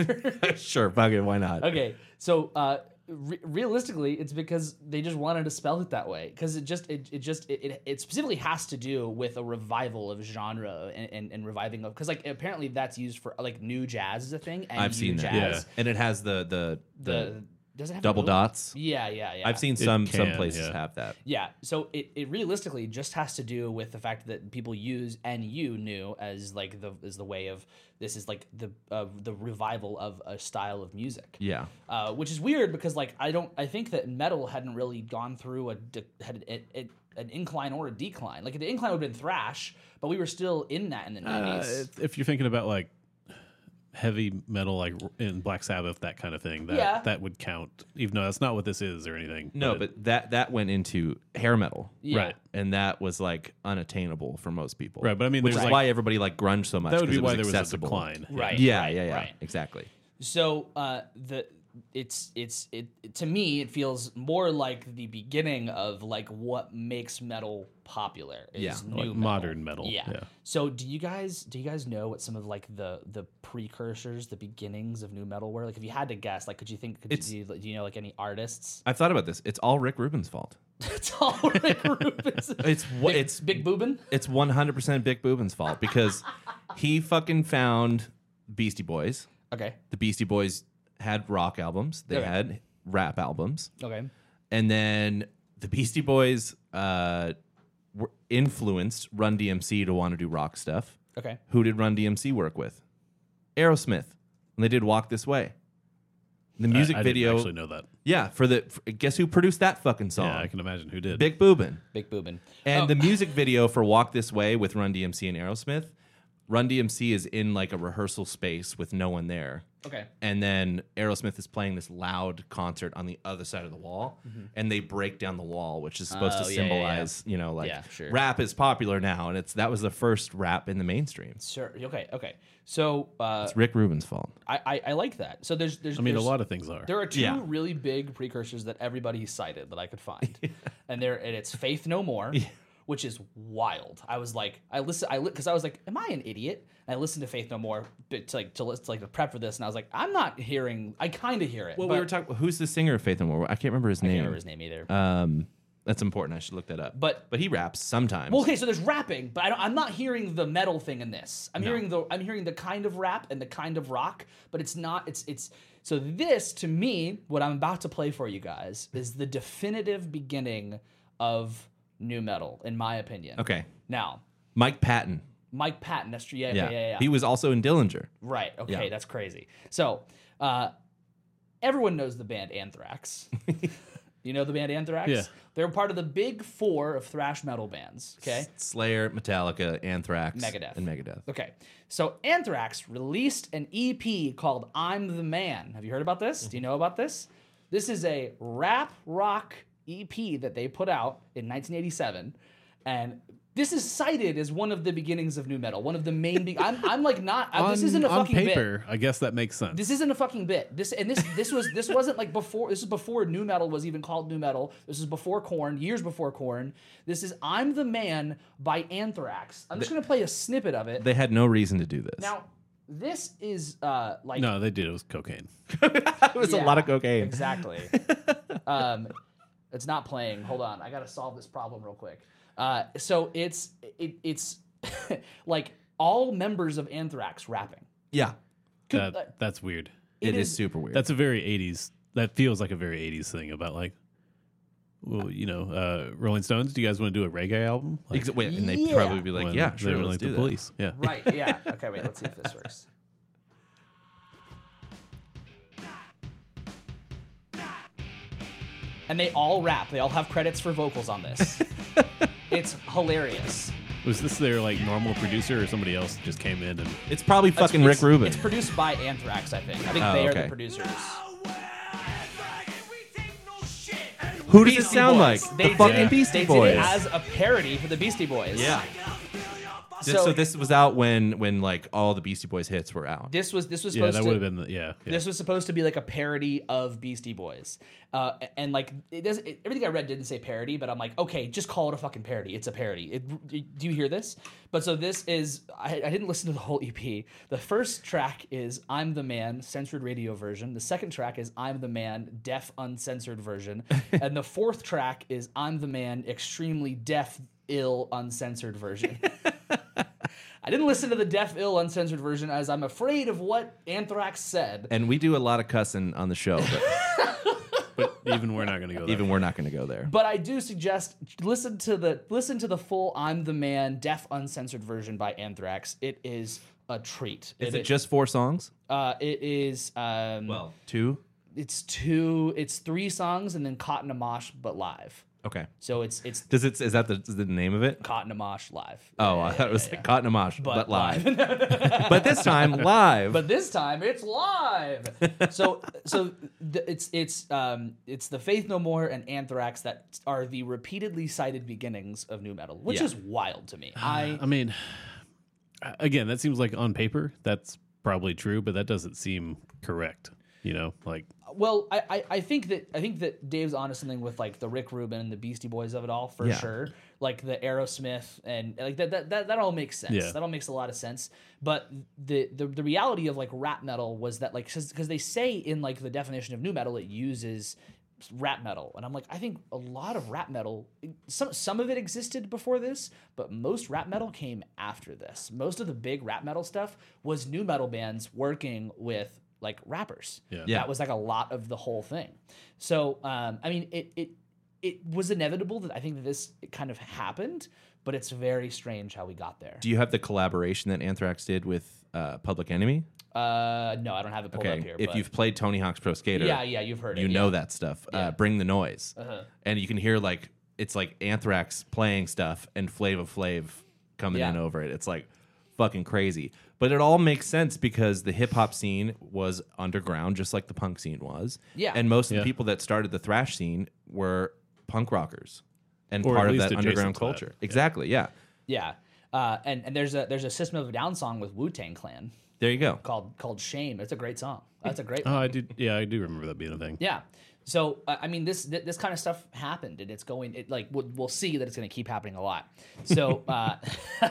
Speaker 2: sure, fuck it, why not?
Speaker 1: okay, so uh, re- realistically, it's because they just wanted to spell it that way. Because it just it, it just it, it, it specifically has to do with a revival of genre and, and, and reviving of because like apparently that's used for like new jazz is a thing. And
Speaker 2: I've
Speaker 1: new
Speaker 2: seen that.
Speaker 1: jazz,
Speaker 2: And it has the the the,
Speaker 1: The does it have a
Speaker 2: double
Speaker 1: little-
Speaker 2: dots.
Speaker 1: Yeah, yeah, yeah.
Speaker 2: I've seen some some
Speaker 3: can,
Speaker 2: places
Speaker 3: yeah.
Speaker 2: have that.
Speaker 1: Yeah, so it, it realistically just has to do with the fact that people use NU new as like the is the way of this is like the uh, the revival of a style of music.
Speaker 2: Yeah.
Speaker 1: uh, which is weird because like I don't I think that metal hadn't really gone through a de- had it, it, an incline or a decline. Like the incline would have been thrash, but we were still in that in the
Speaker 3: Uh,
Speaker 1: nineties.
Speaker 3: if- if you're thinking about like heavy metal, like r- in Black Sabbath, that kind of thing, that
Speaker 1: Yeah.
Speaker 3: that would count, even though that's not what this is or anything.
Speaker 2: No, but that that went into hair metal.
Speaker 1: yeah.
Speaker 3: right.
Speaker 2: And that was like unattainable for most people.
Speaker 3: Right, but I mean,
Speaker 2: which is
Speaker 3: there's, like-
Speaker 2: why everybody liked grunge so much.
Speaker 3: that would
Speaker 2: 'cause
Speaker 3: be
Speaker 2: it
Speaker 3: why there was
Speaker 2: accessible.
Speaker 3: a decline. Yeah.
Speaker 1: Right.
Speaker 2: Yeah,
Speaker 1: right,
Speaker 2: yeah, yeah.
Speaker 1: right.
Speaker 2: Exactly.
Speaker 1: So uh, the it's it's it to me it feels more like the beginning of like what makes metal popular is
Speaker 2: Yeah,
Speaker 1: new
Speaker 3: like
Speaker 1: metal.
Speaker 3: modern metal,
Speaker 1: Yeah.
Speaker 3: yeah.
Speaker 1: So do you guys do you guys know what some of like the the precursors, the beginnings of new metal were? Like if you had to guess, like could you think could you,
Speaker 2: It's-
Speaker 1: do you- do you know like any artists?
Speaker 2: I've thought about this. It's all Rick Rubin's fault.
Speaker 1: it's all Rick Rubin's.
Speaker 2: It's what it's
Speaker 1: Big Boobin?
Speaker 2: it's 100% Big Boobin's fault because he fucking found Beastie Boys.
Speaker 1: Okay.
Speaker 2: The Beastie Boys had rock albums, they
Speaker 1: Okay.
Speaker 2: had rap albums,
Speaker 1: Okay.
Speaker 2: and then the Beastie Boys uh, were influenced Run DMC to want to do rock stuff.
Speaker 1: Okay.
Speaker 2: Who did Run DMC work with? Aerosmith. And they did Walk This Way. The
Speaker 3: I-
Speaker 2: music
Speaker 3: I, didn't
Speaker 2: video,
Speaker 3: actually know that.
Speaker 2: yeah, for the for, guess who produced that fucking song?
Speaker 3: Yeah, I can imagine who did.
Speaker 2: Oh. Big Boobin.
Speaker 1: Big Boobin.
Speaker 2: And the music video for Walk This Way with Run DMC and Aerosmith, Run DMC is in like a rehearsal space with no one there.
Speaker 1: Okay.
Speaker 2: And then Aerosmith is playing this loud concert on the other side of the wall, and they break down the wall, which is supposed
Speaker 1: Mm-hmm. Oh,
Speaker 2: to
Speaker 1: yeah, yeah, yeah.
Speaker 2: symbolize, you know, like
Speaker 1: Yeah, sure.
Speaker 2: rap is popular now, and it's that was the first rap in the mainstream. It's
Speaker 1: Sure. Okay. Okay. So uh,
Speaker 2: Rick Rubin's fault.
Speaker 1: I, I I like that. So there's there's
Speaker 3: I mean, a
Speaker 1: there's-
Speaker 3: lot of things are.
Speaker 1: There are two
Speaker 2: Yeah.
Speaker 1: really big precursors that everybody cited that I could find, and there and it's Faith No More, which is wild. I was like, I listen, I because I was like, am I an idiot? And I listened to Faith No More but to like to, lis- to like to prep for this, and I was like, I'm not hearing. I kind of hear it.
Speaker 2: Well,
Speaker 1: but
Speaker 2: we were talking. Who's the singer of Faith and War? I can't remember his
Speaker 1: I can't
Speaker 2: name.
Speaker 1: remember his name either.
Speaker 2: Um, That's important. I should look that up.
Speaker 1: But-
Speaker 2: but he raps sometimes.
Speaker 1: Well, okay, so there's rapping, but I don't, I'm not hearing the metal thing in this. I'm hearing the I'm hearing the kind of rap and the kind of rock, but it's not it's it's so this to me what I'm about to play for you guys is the definitive beginning of new metal in my opinion.
Speaker 2: okay.
Speaker 1: Now,
Speaker 2: Mike Patton.
Speaker 1: Mike Patton, that's true. Yeah, yeah,
Speaker 2: Yeah.
Speaker 1: yeah, yeah. yeah.
Speaker 2: He was also in Dillinger.
Speaker 1: right. Okay,
Speaker 2: Yeah.
Speaker 1: that's crazy. So, uh everyone knows the band Anthrax. you know the band Anthrax?
Speaker 3: Yeah.
Speaker 1: They're part of the big 4 of thrash metal bands, okay?
Speaker 2: Slayer, Metallica, Anthrax,
Speaker 1: Megadeth.
Speaker 2: and Megadeth.
Speaker 1: Okay. So Anthrax released an EP called I'm the Man. Have you heard about this?
Speaker 3: Mm-hmm.
Speaker 1: Do you know about this? This is a rap rock EP that they put out in 1987 and this is cited as one of the beginnings of new metal, one of the main. Be- I'm, I'm like not. I- this
Speaker 3: On-
Speaker 1: isn't a
Speaker 3: on
Speaker 1: fucking bit
Speaker 3: paper. I guess that makes sense.
Speaker 1: this isn't a fucking bit. This and this this was this wasn't like before. This is before new metal was even called new metal. This is before Corn, years before Corn. This is "I'm the Man" by Anthrax. I'm just gonna play a snippet of it.
Speaker 2: They had no reason to do this.
Speaker 1: now, this is uh like
Speaker 3: no, they did. It was cocaine.
Speaker 2: it was
Speaker 1: yeah,
Speaker 2: a lot of cocaine.
Speaker 1: Exactly. um, it's not playing. Hold on, I gotta solve this problem real quick. Uh, so it's it, it's like all members of Anthrax rapping.
Speaker 2: Yeah,
Speaker 1: Could-
Speaker 3: That, that's weird.
Speaker 2: it is,
Speaker 1: is-
Speaker 2: super weird.
Speaker 3: That's a very 80s. That feels like a very 80s thing about like, well, you know, uh, Rolling Stones. Do you guys want to do a reggae album? Like,
Speaker 2: Ex- wait, and they
Speaker 1: Yeah.
Speaker 2: probably be like,
Speaker 3: when
Speaker 2: yeah,
Speaker 3: they
Speaker 2: sure,
Speaker 3: were
Speaker 2: let's
Speaker 3: like
Speaker 2: do
Speaker 3: the
Speaker 2: that.
Speaker 3: police. Yeah.
Speaker 1: Right. Yeah. Okay. Wait. Let's see if this works. And they all rap. They all have credits for vocals on this. it's hilarious.
Speaker 3: Was this their like normal producer or somebody else just came in and
Speaker 2: It's probably fucking
Speaker 1: It's-
Speaker 2: Rick Rubin.
Speaker 1: It's produced by Anthrax, I think. I think
Speaker 2: Oh,
Speaker 1: they are
Speaker 2: okay.
Speaker 1: the producers.
Speaker 2: Who does it sound like?
Speaker 1: They
Speaker 2: the fucking
Speaker 1: did,
Speaker 2: Beastie
Speaker 1: they
Speaker 2: Boys.
Speaker 1: did it as a parody for the Beastie Boys.
Speaker 2: yeah. Just-
Speaker 1: So-
Speaker 2: so, this was out when when like all the Beastie Boys hits were out.
Speaker 1: This was this was
Speaker 3: yeah,
Speaker 1: supposed
Speaker 3: that
Speaker 1: to
Speaker 3: would have been the, yeah. yeah.
Speaker 1: This was supposed to be like a parody of Beastie Boys, uh, and like it does it, everything I read didn't say parody, but I'm like, okay, just call it a fucking parody. It's a parody. It, do you hear this? But so this is I, I didn't listen to the whole EP. The first track is "I'm the Man" censored radio version. The second track is "I'm the Man" deaf uncensored version, and the fourth track is "I'm the Man" extremely deaf ill uncensored version. I didn't listen to the deaf ill uncensored version as I'm afraid of what Anthrax said.
Speaker 2: and we do a lot of cussing on the show, but
Speaker 3: but even we're not going to go there.
Speaker 2: even we're not going to go there.
Speaker 1: But I do suggest listen to the listen to the full "I'm the Man" deaf uncensored version by Anthrax. It is a treat.
Speaker 2: Is it just four songs?
Speaker 1: Uh, it is. Um,
Speaker 2: two.
Speaker 1: it's two. It's three songs and then Cotton Amash, but live.
Speaker 2: Okay.
Speaker 1: So it's it's
Speaker 2: Does it? Is that the, is the name of it?
Speaker 1: Cotton Amash live.
Speaker 2: Oh, I
Speaker 1: Yeah,
Speaker 2: thought it was Cotton Amash, but,
Speaker 1: But
Speaker 2: live. but this time live.
Speaker 1: but this time it's live. so so th- it's it's um it's the Faith No More and Anthrax that are the repeatedly cited beginnings of new metal, which
Speaker 2: Yeah.
Speaker 1: is wild to me. I
Speaker 3: I mean, again, that seems like on paper that's probably true, but that doesn't seem correct. You know, like
Speaker 1: Well, I, I, I think that I think that Dave's onto something with like the Rick Rubin and the Beastie Boys of it all for
Speaker 2: Yeah.
Speaker 1: sure. Like the Aerosmith and like that that, that, that all makes sense.
Speaker 3: Yeah.
Speaker 1: That all makes a lot of sense. But the the, the reality of like rap metal was that like because they say in like the definition of new metal it uses rap metal and I'm like I think a lot of rap metal some some of it existed before this but most rap metal came after this. Most of the big rap metal stuff was new metal bands working with like rappers.
Speaker 2: Yeah.
Speaker 1: That was like a lot of the whole thing. So, um, I mean, it it it was inevitable that I think that this kind of happened, but it's very strange how we got there.
Speaker 2: Do you have the collaboration that Anthrax did with uh, Public Enemy?
Speaker 1: Uh, no, I don't have it pulled
Speaker 2: Okay,
Speaker 1: up here.
Speaker 2: if
Speaker 1: but
Speaker 2: you've played Tony Hawk's Pro Skater,
Speaker 1: yeah, yeah, you've heard it.
Speaker 2: you
Speaker 1: yeah.
Speaker 2: know that stuff. Uh, Bring the noise,
Speaker 1: Uh-huh.
Speaker 2: and you can hear like it's like Anthrax playing stuff and Flava Flav coming
Speaker 1: Yeah.
Speaker 2: in over it. It's like fucking crazy, but it all makes sense because the hip hop scene was underground, just like the punk scene was.
Speaker 1: Yeah.
Speaker 2: and most of
Speaker 3: Yeah.
Speaker 2: the people that started the thrash scene were punk rockers and
Speaker 3: Or at
Speaker 2: part of
Speaker 3: least
Speaker 2: that
Speaker 3: adjacent
Speaker 2: underground
Speaker 3: to that.
Speaker 2: culture. Exactly. Yeah.
Speaker 1: yeah. Uh, and and there's a there's a System of a Down song with Wu Tang Clan
Speaker 2: There you go.
Speaker 1: called called Shame. It's a great song. That's a great.
Speaker 3: oh, I do. Yeah, I do remember that being a thing.
Speaker 1: Yeah. So uh, I mean, this th- this kind of stuff happened, and it's going. It like we'll, we'll see that it's going to keep happening a lot. So uh,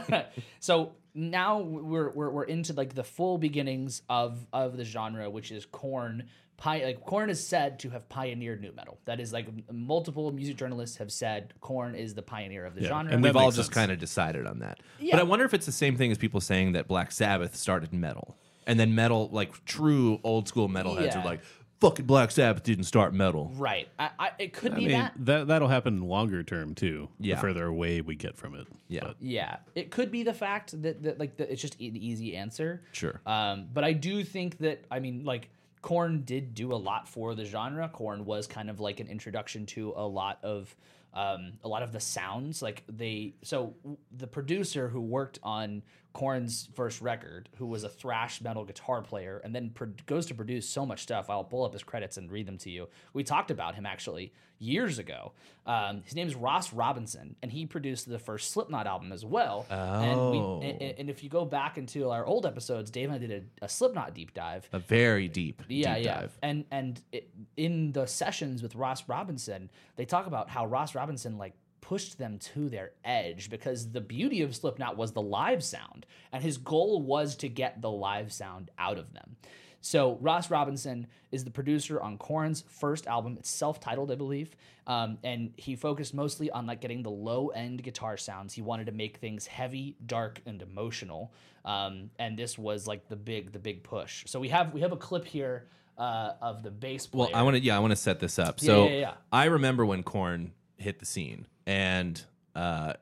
Speaker 1: so now we're, we're we're into like the full beginnings of of the genre, which is corn pi- like Korn is said to have pioneered new metal. That is like m- multiple music journalists have said Korn is the pioneer of the
Speaker 3: Yeah,
Speaker 1: genre.
Speaker 3: and
Speaker 2: We've
Speaker 3: That
Speaker 2: all
Speaker 3: makes
Speaker 2: just
Speaker 3: sense.
Speaker 2: kind of decided on that.
Speaker 1: Yeah.
Speaker 2: But I wonder if it's the same thing as people saying that Black Sabbath started metal. And then metal, like true old school metalheads
Speaker 1: Yeah.
Speaker 2: are like, fucking Black Sabbath didn't start metal.
Speaker 1: right. I, I, it could
Speaker 3: I
Speaker 1: be
Speaker 3: mean,
Speaker 1: that.
Speaker 3: that that'll happen longer term too.
Speaker 2: Yeah.
Speaker 3: The further away we get from it.
Speaker 2: Yeah.
Speaker 3: But
Speaker 1: Yeah, it could be the fact that, that like that it's just an easy answer.
Speaker 2: Sure.
Speaker 1: Um, but I do think that I mean like Korn did do a lot for the genre. Korn was kind of like an introduction to a lot of um, a lot of the sounds. Like they so w- the producer who worked on Korn's first record, who was a thrash metal guitar player, and then pro- goes to produce so much stuff. I'll pull up his credits and read them to you. We talked about him actually years ago. Um, his name is Ross Robinson, and he produced the first Slipknot album as well.
Speaker 2: Oh.
Speaker 1: And, we, and, and if you go back into our old episodes, Dave and I did a, a Slipknot deep dive.
Speaker 2: A very deep,
Speaker 1: Yeah,
Speaker 2: deep
Speaker 1: yeah.
Speaker 2: dive.
Speaker 1: And and it, in the sessions with Ross Robinson, they talk about how Ross Robinson like pushed them to their edge because the beauty of Slipknot was the live sound, and his goal was to get the live sound out of them. So Ross Robinson is the producer on Korn's first album. It's self-titled, I believe, um, and he focused mostly on like getting the low-end guitar sounds. He wanted to make things heavy, dark, and emotional, um, and this was like the big, the big push. So we have we have a clip here uh, of the bass player.
Speaker 2: Well, I want to. Yeah, I want to set this up. So
Speaker 1: yeah, yeah.
Speaker 2: I remember when Corn hit the scene, and uh,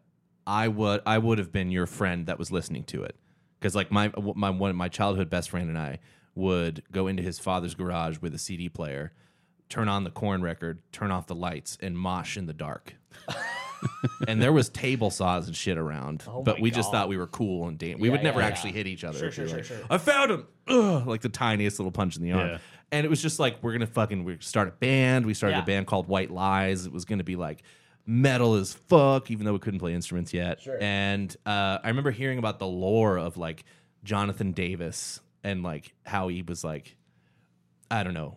Speaker 2: I would I would have been your friend that was listening to it, because like my my one my childhood best friend and I would go into his father's garage with a CD player, turn on the Corn record, turn off the lights, and mosh in the dark. and there was table saws and shit around, but
Speaker 1: Oh my
Speaker 2: we
Speaker 1: God.
Speaker 2: just thought we were cool and damn. We
Speaker 1: Yeah,
Speaker 2: would never
Speaker 1: yeah, yeah.
Speaker 2: actually hit each other.
Speaker 1: Sure,
Speaker 2: If we
Speaker 1: sure,
Speaker 2: were
Speaker 1: sure, sure.
Speaker 2: like, I found him. Ugh, like the tiniest little punch in the arm.
Speaker 3: Yeah.
Speaker 2: And it was just like we're gonna fucking we start a band. We started
Speaker 1: Yeah.
Speaker 2: a band called White Lies. It was gonna be like metal as fuck, even though we couldn't play instruments yet. And uh, I remember hearing about the lore of like Jonathan Davis and like how he was like, I don't know.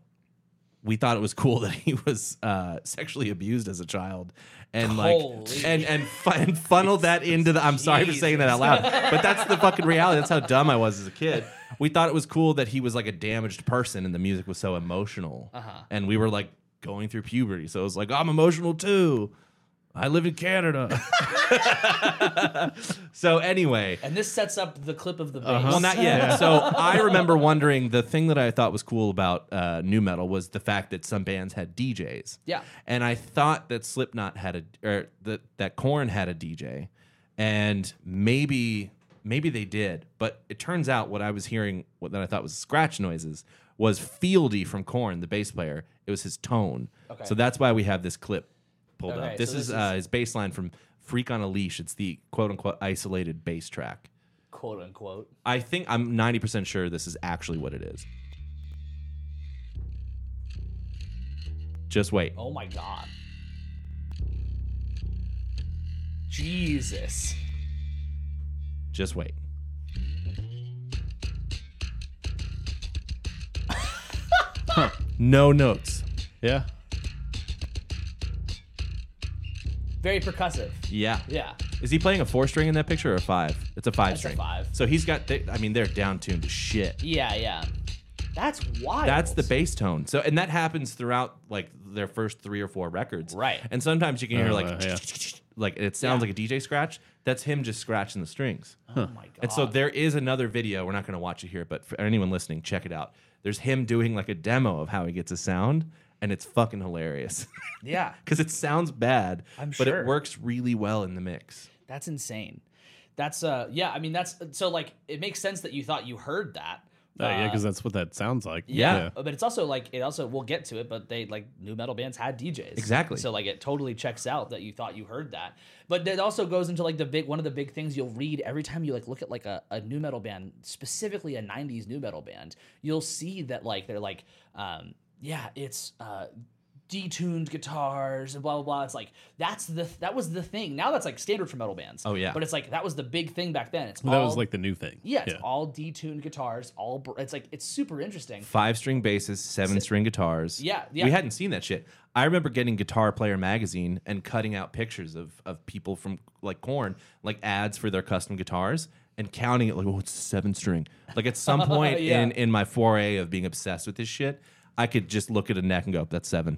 Speaker 2: We thought it was cool that he was uh, sexually abused as a child, and like,
Speaker 1: Holy.
Speaker 2: and and, fu- and funneled that into the. I'm sorry for saying that out loud, but that's the fucking reality. That's how dumb I was as a kid. We thought it was cool that he was like a damaged person, and the music was so emotional, and we were like going through puberty, so it was like I'm emotional too. I live in Canada. so anyway,
Speaker 1: and this sets up the clip of the bass.
Speaker 2: Uh-huh. well, not yet. So I remember wondering the thing that I thought was cool about uh, new metal was the fact that some bands had DJs.
Speaker 1: Yeah.
Speaker 2: and I thought that Slipknot had a or that that Corn had a DJ, and maybe maybe they did, but it turns out what I was hearing what that I thought was scratch noises was Fieldy from Corn, the bass player. It was his tone.
Speaker 1: Okay.
Speaker 2: So that's why we have this clip pulled
Speaker 1: Okay,
Speaker 2: up. This
Speaker 1: so
Speaker 2: is,
Speaker 1: this
Speaker 2: uh, his bass line from Freak on a Leash. It's the quote unquote isolated bass track.
Speaker 1: quote unquote.
Speaker 2: I think I'm 90% sure this is actually what it is. Just wait.
Speaker 1: Oh my god. Jesus.
Speaker 2: Just wait. no notes.
Speaker 3: yeah.
Speaker 1: Very percussive.
Speaker 2: Yeah.
Speaker 1: Yeah.
Speaker 2: Is he playing a four string in that picture or a five? It's a five
Speaker 1: That's a
Speaker 2: string.
Speaker 1: five.
Speaker 2: So he's got, they, I mean, they're down tuned to shit.
Speaker 1: Yeah, yeah. That's wild.
Speaker 2: That's the bass tone. So, and that happens throughout like their first three or four records.
Speaker 1: Right.
Speaker 2: And sometimes you can hear
Speaker 3: Oh,
Speaker 2: like,
Speaker 3: uh, yeah.
Speaker 2: like it sounds like a DJ scratch. That's him just scratching the strings.
Speaker 1: Oh my god.
Speaker 2: And so there is another video. We're not going to watch it here, but for anyone listening, check it out. There's him doing like a demo of how he gets a sound, and it's fucking hilarious
Speaker 1: yeah,
Speaker 2: because it sounds bad,
Speaker 1: I'm
Speaker 2: but
Speaker 1: sure.
Speaker 2: it works really well in the mix.
Speaker 1: that's insane. That's uh yeah, I mean that's so like it makes sense that you thought you heard that.
Speaker 3: Uh, yeah, because that's what that sounds like.
Speaker 2: yeah.
Speaker 1: But it's also like it also we'll get to it, but they like new metal bands had DJs.
Speaker 2: Exactly.
Speaker 1: So like it totally checks out that you thought you heard that. But it also goes into like the big one of the big things you'll read every time you like look at like a, a new metal band, specifically a nineties new metal band, you'll see that like they're like, um, yeah, it's uh detuned guitars and blah blah blah it's like that's the that was the thing now that's like standard for metal bands
Speaker 2: Oh, yeah.
Speaker 1: but it's like that was the big thing back then it's
Speaker 3: That
Speaker 1: all,
Speaker 3: was like the new thing.
Speaker 1: yeah it's all detuned guitars all br- it's like it's super interesting
Speaker 2: Five string basses, seven string guitars.
Speaker 1: Yeah, yeah.
Speaker 2: We hadn't seen that shit. I remember getting Guitar Player magazine and cutting out pictures of of people from like Corn, like ads for their custom guitars, and counting it like, oh, it's seven string. Like at some point
Speaker 1: Yeah.
Speaker 2: in in my foray of being obsessed with this shit, I could just look at a neck and go, that's 7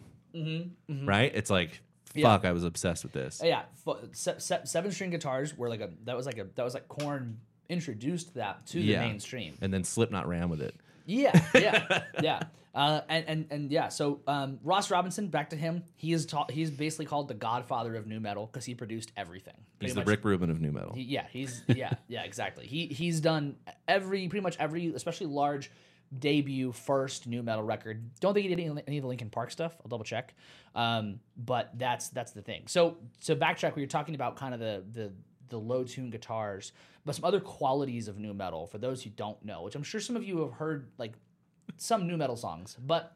Speaker 2: Right? It's like,
Speaker 1: Mm-hmm, Yeah.
Speaker 2: fuck, I was obsessed with this.
Speaker 1: Oh, yeah, fu- se- se- seven string guitars were like a that was like a that was like Korn introduced that to
Speaker 2: Yeah.
Speaker 1: the mainstream.
Speaker 2: And then Slipknot ran with it.
Speaker 1: Yeah, yeah, yeah. Uh, and, and and yeah, so um, Ross Robinson, back to him. He is ta- he's basically called the Godfather of new metal because he produced everything.
Speaker 2: He's
Speaker 1: Pretty
Speaker 2: the
Speaker 1: much-
Speaker 2: Rick Rubin of new metal.
Speaker 1: he- yeah, he's yeah, yeah, exactly. He he's done every pretty much every, especially large debut first new metal record. Don't think he did any, any of the Linkin Park stuff. I'll double check. Um, but that's that's the thing. So so backtrack. We were talking about kind of the the the low tune guitars, but some other qualities of new metal for those who don't know, which I'm sure some of you have heard like some new metal songs, but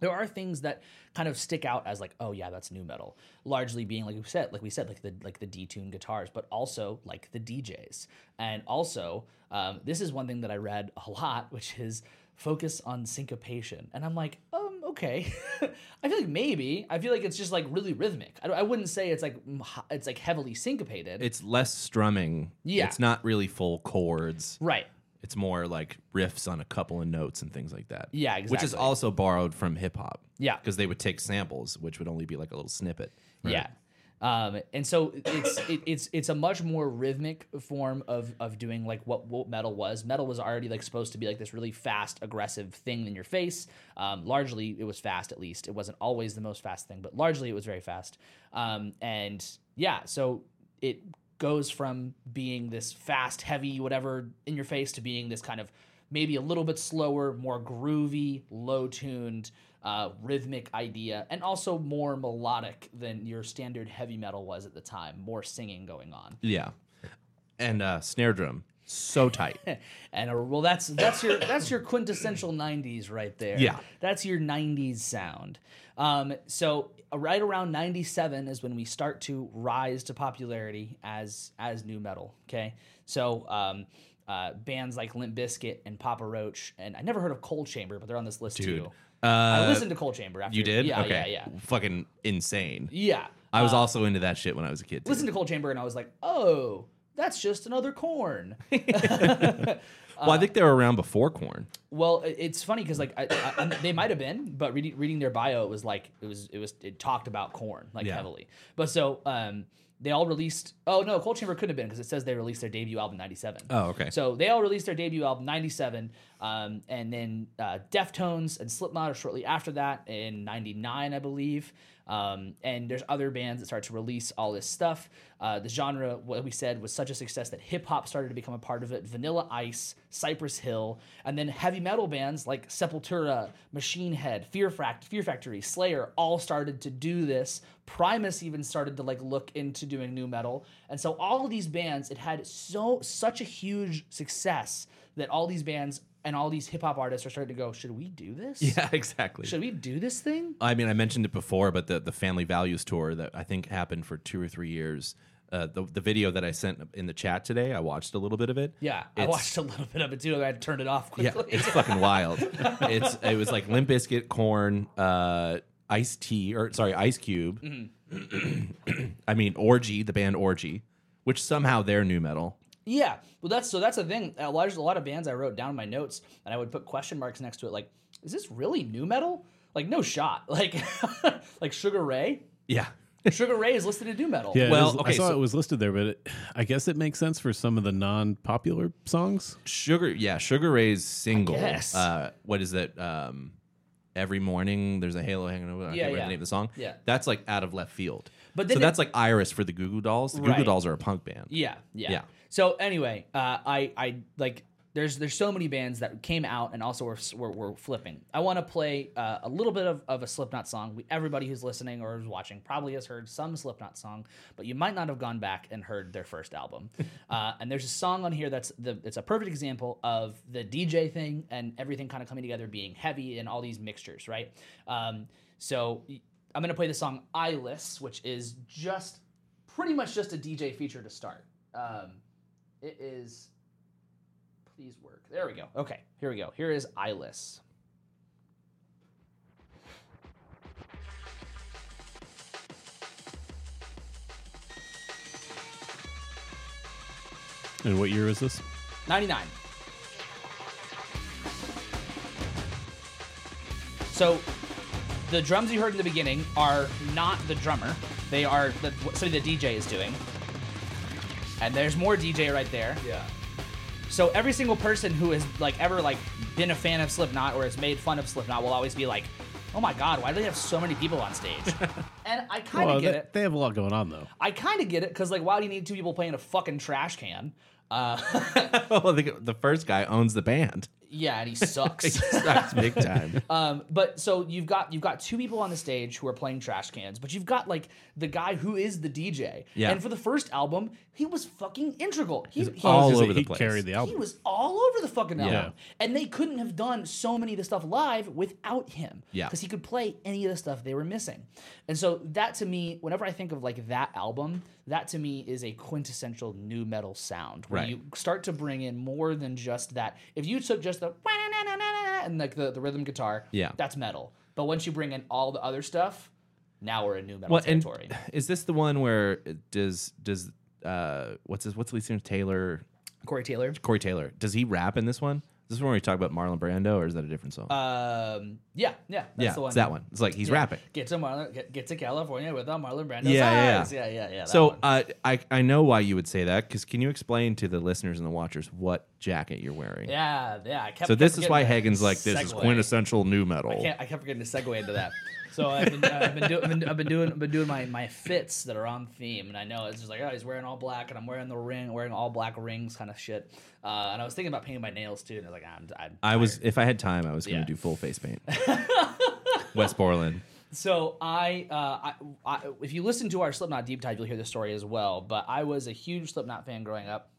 Speaker 1: there are things that kind of stick out as like oh yeah that's new metal largely being like we said like we said like the like the detuned guitars but also like the djs and also um, this is one thing that i read a lot which is focus on syncopation and i'm like um okay i feel like maybe i feel like it's just like really rhythmic i, don't- I wouldn't say it's like mm, h- it's like heavily syncopated
Speaker 2: It's less strumming.
Speaker 1: Yeah.
Speaker 2: It's not really full chords.
Speaker 1: right
Speaker 2: It's more like riffs on a couple of notes and things like that.
Speaker 1: Yeah,
Speaker 2: Which is
Speaker 1: exactly.
Speaker 2: also borrowed from hip hop.
Speaker 1: Yeah.
Speaker 2: Because they would take samples, which would only be like a little snippet. right?
Speaker 1: Yeah. Um, and so it's it, it's it's a much more rhythmic form of of doing like what, what metal was. Metal was already like supposed to be like this really fast, aggressive thing in your face. Um, largely, it was fast. At least it wasn't always the most fast thing, but largely it was very fast. Um, and yeah, so it goes from being this fast, heavy, whatever in your face to being this kind of maybe a little bit slower, more groovy, low tuned, uh, rhythmic idea, and also more melodic than your standard heavy metal was at the time. More singing going on,
Speaker 2: Yeah. And uh, snare drum. So tight.
Speaker 1: and uh well, that's that's your that's your quintessential '90s right there.
Speaker 2: Yeah.
Speaker 1: that's your '90s sound. Um, so uh, right around '97 is when we start to rise to popularity as as new metal. Okay, so. Um, uh, bands like Limp Bizkit and Papa Roach, and I never heard of Cold Chamber, but they're on this list too. I
Speaker 2: Uh,
Speaker 1: listened to Cold Chamber after
Speaker 2: you did?
Speaker 1: Yeah,
Speaker 2: okay.
Speaker 1: yeah, yeah,
Speaker 2: Fucking insane.
Speaker 1: yeah.
Speaker 2: I was also into that shit when I was a kid. Too.
Speaker 1: listened to Cold Chamber and I was like, oh, that's just another corn.
Speaker 2: well,
Speaker 1: uh,
Speaker 2: I think they were around before Corn.
Speaker 1: well, i- it's funny because like I, I, I'm- they might have been, but reading reading their bio, it was like it was it was it talked about corn like
Speaker 2: Yeah.
Speaker 1: heavily. But so um, they all released. Oh no, Cold Chamber couldn't have been because it says they released their debut album '97.
Speaker 2: Oh, okay.
Speaker 1: So they all released their debut album '97, um, and then uh, Deftones and Slipknot are shortly after that in '99, I believe. Um, and there's other bands that start to release all this stuff. Uh, the genre, what we said, was such a success that hip hop started to become a part of it. Vanilla Ice, Cypress Hill, and then heavy metal bands like Sepultura, Machine Head, Fear, Fract- Fear Factory, Slayer all started to do this. Primus even started to like look into doing new metal, and so all of these bands, it had so such a huge success that all these bands and all these hip hop artists are starting to go, should we do this?
Speaker 2: Yeah, exactly.
Speaker 1: Should we do this thing?
Speaker 2: I mean, I mentioned it before, but the, the Family Values tour that I think happened for two or three years. Uh, the, the video that I sent in the chat today, I watched a little bit of it.
Speaker 1: Yeah, I
Speaker 2: It's-
Speaker 1: watched a little bit of it too, and I turned it off
Speaker 2: Yeah,
Speaker 1: quickly.
Speaker 2: it's fucking wild. It's it was like Limp Bizkit, Corn, uh, Ice Tea, or sorry, Ice Cube.
Speaker 1: Mm-hmm.
Speaker 2: I mean, Orgy, the band Orgy, which somehow they're new metal.
Speaker 1: Yeah, well, that's so that's the thing. A lot, there's a lot of bands I wrote down in my notes, and I would put question marks next to it, like, is this really new metal? Like, no shot. Like, like Sugar Ray.
Speaker 2: Yeah,
Speaker 1: Sugar Ray is listed as new metal.
Speaker 3: Yeah, it
Speaker 2: Well,
Speaker 3: was-
Speaker 2: okay,
Speaker 3: I saw
Speaker 2: so-
Speaker 3: it was listed there, but it, I guess it makes sense for some of the non-popular songs.
Speaker 2: Sugar. Yeah, Sugar Ray's single.
Speaker 1: guess.
Speaker 2: Uh, what is that? Um, Every morning, there's a halo hanging over. I
Speaker 1: Yeah,
Speaker 2: can't remember
Speaker 1: yeah.
Speaker 2: the name of the song.
Speaker 1: Yeah.
Speaker 2: that's like out of left field.
Speaker 1: But
Speaker 2: But
Speaker 1: then
Speaker 2: so
Speaker 1: it-
Speaker 2: that's like Iris for the Goo Goo Dolls. The Goo Goo
Speaker 1: Right.
Speaker 2: Dolls are a punk band.
Speaker 1: Yeah, yeah.
Speaker 2: Yeah.
Speaker 1: So anyway, uh, I I like there's there's so many bands that came out and also were were, were flipping. I want to play uh, a little bit of, of a Slipknot song. We, everybody who's listening or is watching probably has heard some Slipknot song, but you might not have gone back and heard their first album. uh, and there's a song on here that's the it's a perfect example of the DJ thing and everything kind of coming together, being heavy and all these mixtures, right? Um, so. y- I'm gonna play the song "Eyeless," which is just pretty much just a DJ feature to start. Um, it is. Please work. There we go. Okay, here we go. Here is Eyeless.
Speaker 3: And what year is this?
Speaker 1: 99. So the drums you heard in the beginning are not the drummer. They are the, what something the DJ is doing. And there's more DJ right there.
Speaker 4: Yeah.
Speaker 1: So every single person who has like ever like been a fan of Slipknot or has made fun of Slipknot will always be like, "Oh my God, why do they have so many people on stage?" and I kind of
Speaker 3: Well,
Speaker 1: get
Speaker 3: Oh, they,
Speaker 1: it.
Speaker 3: they have a lot going on though.
Speaker 1: I kind of get it because like, why do you need two people playing a fucking trash can? Uh,
Speaker 2: well, Oh, the, the first guy owns the band.
Speaker 1: yeah, and he sucks.
Speaker 2: That's big time.
Speaker 1: Um, but so you've got you've got two people on the stage who are playing trash cans, but you've got like the guy who is the DJ.
Speaker 2: Yeah.
Speaker 1: And for the first album, he was fucking integral. He, he,
Speaker 2: all
Speaker 3: I was gonna
Speaker 2: over
Speaker 3: say,
Speaker 2: the
Speaker 3: he
Speaker 2: place.
Speaker 3: carried the
Speaker 1: he
Speaker 3: album.
Speaker 1: was all over the fucking album.
Speaker 2: Yeah.
Speaker 1: And they couldn't have done so many of the stuff live without him.
Speaker 2: Yeah.
Speaker 1: Because he could play any of the stuff they were missing. And so that to me, whenever I think of like that album, that to me is a quintessential new metal sound where
Speaker 2: Right.
Speaker 1: you start to bring in more than just that. If you took just the "Wa-na-na-na-na-na" and like the, the rhythm guitar,
Speaker 2: Yeah.
Speaker 1: that's metal. But once you bring in all the other stuff, now we're in new metal
Speaker 2: Well, and
Speaker 1: territory.
Speaker 2: is this the one where does does uh what's his what's Lisa Taylor
Speaker 1: Corey Taylor.
Speaker 2: Corey Taylor does he rap in this one? Is this one where we talk about Marlon Brando or is that a different song?
Speaker 1: Um, yeah, yeah, that's
Speaker 2: yeah,
Speaker 1: the one.
Speaker 2: it's that one. It's like he's
Speaker 1: Yeah.
Speaker 2: rapping.
Speaker 1: Get to Marlon, get, get to California without Marlon Brando's
Speaker 2: Yeah, yeah,
Speaker 1: eyes. yeah, yeah, yeah. that
Speaker 2: So
Speaker 1: one.
Speaker 2: uh, I I know why you would say that because can you explain to the listeners and the watchers what jacket you're wearing?
Speaker 1: yeah, yeah. I kept,
Speaker 2: So
Speaker 1: kept
Speaker 2: this is
Speaker 1: forgetting
Speaker 2: why
Speaker 1: that.
Speaker 2: Hagen's like this is
Speaker 1: Segue.
Speaker 2: quintessential new
Speaker 1: I,
Speaker 2: metal.
Speaker 1: can't, I kept forgetting to segue into that. So I've been, uh, I've been, do, I've been, I've been doing, I've been doing my, my fits that are on theme, and I know it's just like, oh, he's wearing all black, and I'm wearing the ring, wearing all black rings, kind of shit. Uh, and I was thinking about painting my nails too, and I was like, I'm, I'm
Speaker 2: I was if I had time I was going to
Speaker 1: Yeah.
Speaker 2: do full face paint. West Borland.
Speaker 1: So I, uh, I, I, if you listen to our Slipknot deep dive, you'll hear this story as well. But I was a huge Slipknot fan growing up,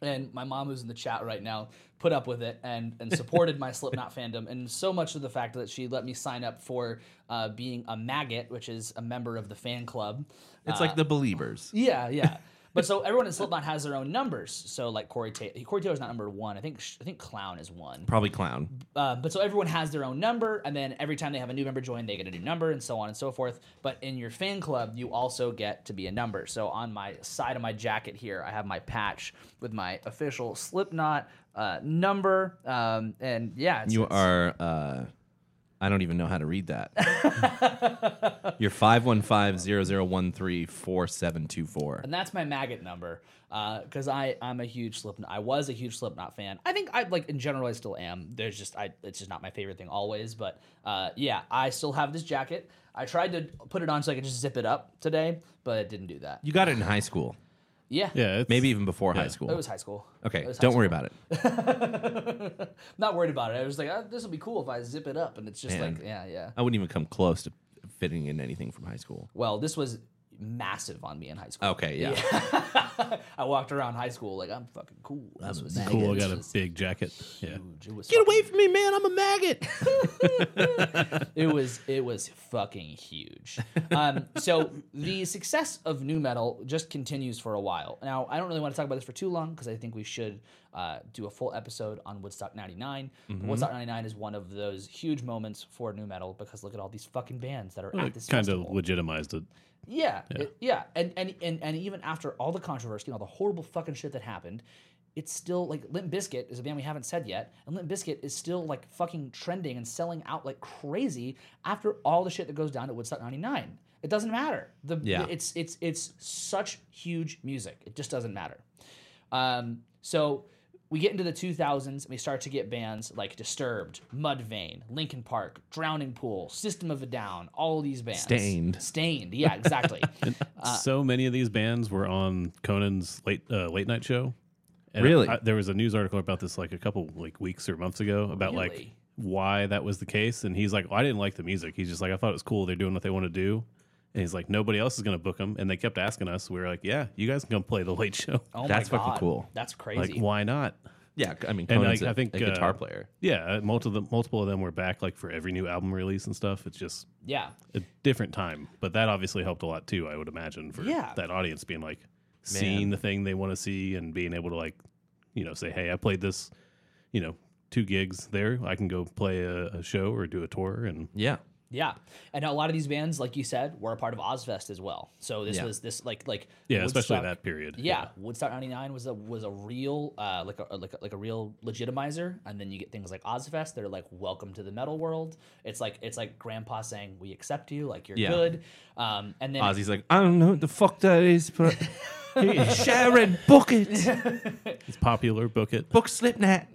Speaker 1: and my mom, who's in the chat right now, put up with it and and supported my Slipknot fandom, and so much to the fact that she let me sign up for uh, being a maggot, which is a member of the fan club. Uh,
Speaker 2: It's like the Believers.
Speaker 1: Yeah, yeah. But so everyone in Slipknot has their own numbers. So like Corey Taylor, Corey Taylor's not number one. I think I think Clown is one.
Speaker 2: Probably clown.
Speaker 1: Uh, but so everyone has their own number, and then every time they have a new member join, they get a new number, and so on and so forth. But in your fan club, you also get to be a number. So on my side of my jacket here, I have my patch with my official Slipknot uh, number, um, and yeah, it's,
Speaker 2: You
Speaker 1: it's-
Speaker 2: are. Uh, I don't even know how to read that. You're five one five zero zero one three four seven two four.
Speaker 1: and that's my maggot number because I I'm a huge Slipknot. I was a huge Slipknot fan. I think I like in general I still am. There's just I it's just not my favorite thing always. But uh, yeah, I still have this jacket. I tried to put it on so I could just zip it up today, but it didn't do that.
Speaker 2: You got it in high school,
Speaker 1: Yeah,
Speaker 3: Yeah, it's,
Speaker 2: maybe even before high
Speaker 3: Yeah.
Speaker 2: school.
Speaker 1: it was high school.
Speaker 2: okay,
Speaker 1: It was high
Speaker 2: don't worry about it.
Speaker 1: Not worried about it. I was like, ah, this will be cool if I zip it up, and it's just
Speaker 2: Man.
Speaker 1: like, yeah, yeah.
Speaker 2: I wouldn't even come close to fitting in anything from high school.
Speaker 1: Well, this was massive on me in high school.
Speaker 2: Okay, yeah.
Speaker 1: I walked around high school like I'm fucking cool. This was
Speaker 3: cool. I
Speaker 1: huge.
Speaker 3: got a
Speaker 1: This was
Speaker 3: big jacket. Yeah.
Speaker 1: huge. It was
Speaker 2: Get away from me, man! I'm a maggot.
Speaker 1: it was it was fucking huge. Um, so the success of new metal just continues for a while. Now I don't really want to talk about this for too long because I think we should uh, do a full episode on Woodstock '99. But Woodstock '99 is one of those huge moments for new metal because look at all these fucking bands that are at this
Speaker 3: Kind of
Speaker 1: festival.
Speaker 3: legitimized it.
Speaker 1: Yeah, it- yeah, and, and and and even after all the controversy and all the horrible fucking shit that happened, it's still like Limp Bizkit is a band we haven't said yet, and Limp Bizkit is still like fucking trending and selling out like crazy after all the shit that goes down at Woodstock '99. It doesn't matter. The
Speaker 2: Yeah.
Speaker 1: it's it's it's such huge music. It just doesn't matter. Um, so we get into the 2000s and we start to get bands like Disturbed, Mudvayne, Linkin Park, Drowning Pool, System of a Down, all these bands.
Speaker 2: Stained.
Speaker 1: Stained, yeah, exactly. Uh,
Speaker 3: so many of these bands were on Conan's late uh, late night show. And
Speaker 2: Really?
Speaker 3: I- there was a news article about this like a couple like weeks or months ago about like
Speaker 1: Really?
Speaker 3: why that was the case, and he's like, well, "I didn't like the music." He's just like, "I thought it was cool. They're doing what they want to do." And he's like, "Nobody else is going to book them," and they kept asking us. We were like, "Yeah, you guys can come play the late show.
Speaker 1: Oh my
Speaker 2: That's fucking
Speaker 1: God.
Speaker 2: cool.
Speaker 1: That's
Speaker 3: like,
Speaker 1: crazy.
Speaker 3: why not?"
Speaker 2: yeah, I mean,
Speaker 3: And
Speaker 2: Conan's
Speaker 3: I-
Speaker 2: a-
Speaker 3: I think,
Speaker 2: a guitar
Speaker 3: uh,
Speaker 2: player.
Speaker 3: Yeah, multiple multiple of them were back like for every new album release and stuff. It's just
Speaker 1: yeah.
Speaker 3: a different time, but that obviously helped a lot too. I would imagine for
Speaker 1: Yeah.
Speaker 3: that audience being like seeing the thing they want to see and being able to like, you know, say, "Hey, I played this, you know, two gigs there. I can go play a, a show or do a tour." And
Speaker 2: Yeah,
Speaker 1: Yeah, and a lot of these bands, like you said, were a part of Ozfest as well. So this
Speaker 2: Yeah.
Speaker 1: was this like like
Speaker 3: Yeah, especially
Speaker 1: Woodstock-
Speaker 3: that period.
Speaker 1: Yeah, Woodstock '99 was a was a real uh, like a like a, like a real legitimizer, and then you get things like Ozfest that are like "Welcome to the metal world." It's like it's like Grandpa saying "We accept you," like you're
Speaker 2: Yeah.
Speaker 1: good. Um, and then
Speaker 2: Ozzy's like, I don't know what the fuck that is, but Sharon, book it,
Speaker 3: It's popular. Book it.
Speaker 2: book Slipknot.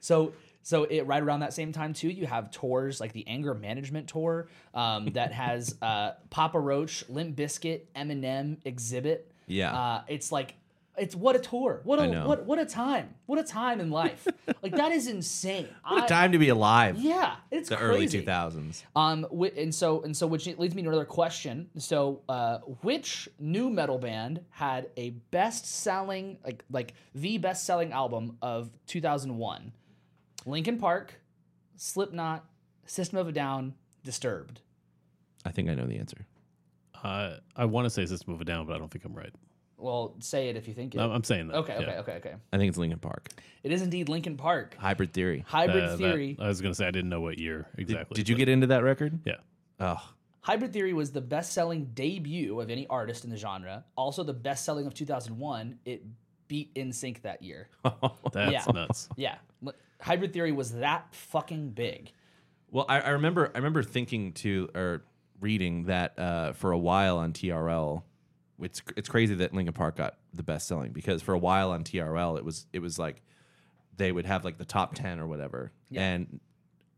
Speaker 1: So so it right around that same time too, you have tours like the Anger Management tour um, that has uh, Papa Roach, Limp Bizkit, Eminem, Exhibit.
Speaker 2: Yeah.
Speaker 1: uh, it's like it's what a tour, what
Speaker 2: I
Speaker 1: a
Speaker 2: know.
Speaker 1: what what a time, what a time in life. like that is insane.
Speaker 2: What
Speaker 1: I-
Speaker 2: a time to be alive.
Speaker 1: Yeah, it's
Speaker 2: The
Speaker 1: crazy.
Speaker 2: early two thousands.
Speaker 1: Um, whi- and so and so, which leads me to another question. So, uh, which new metal band had a best-selling, like like the best-selling album of 2001? Linkin Park, Slipknot, System of a Down, Disturbed.
Speaker 2: I think I know the answer.
Speaker 3: Uh, I want to say System of a Down, but I don't think I'm right.
Speaker 1: Well, say it if you think it.
Speaker 3: I'm, I'm saying that.
Speaker 1: okay,
Speaker 3: yeah.
Speaker 1: okay, okay, okay.
Speaker 2: I think it's Lincoln Park.
Speaker 1: It is indeed Linkin Park.
Speaker 2: Hybrid Theory.
Speaker 1: Hybrid
Speaker 3: Uh, that-
Speaker 1: Theory.
Speaker 3: I was gonna say I didn't know what year exactly.
Speaker 2: Did you get into that record?
Speaker 3: Yeah.
Speaker 2: Oh,
Speaker 1: Hybrid Theory was the best selling debut of any artist in the genre, also the best selling of 2001. It beat NSYNC that year.
Speaker 2: Oh.
Speaker 3: That's
Speaker 1: Yeah.
Speaker 3: nuts.
Speaker 1: Yeah. L- Hybrid Theory was that fucking big.
Speaker 2: Well, I, I remember I remember thinking to or reading that uh, for a while on TRL, it's it's crazy that Linkin Park got the best selling because for a while on TRL it was it was like they would have like the top ten or whatever, and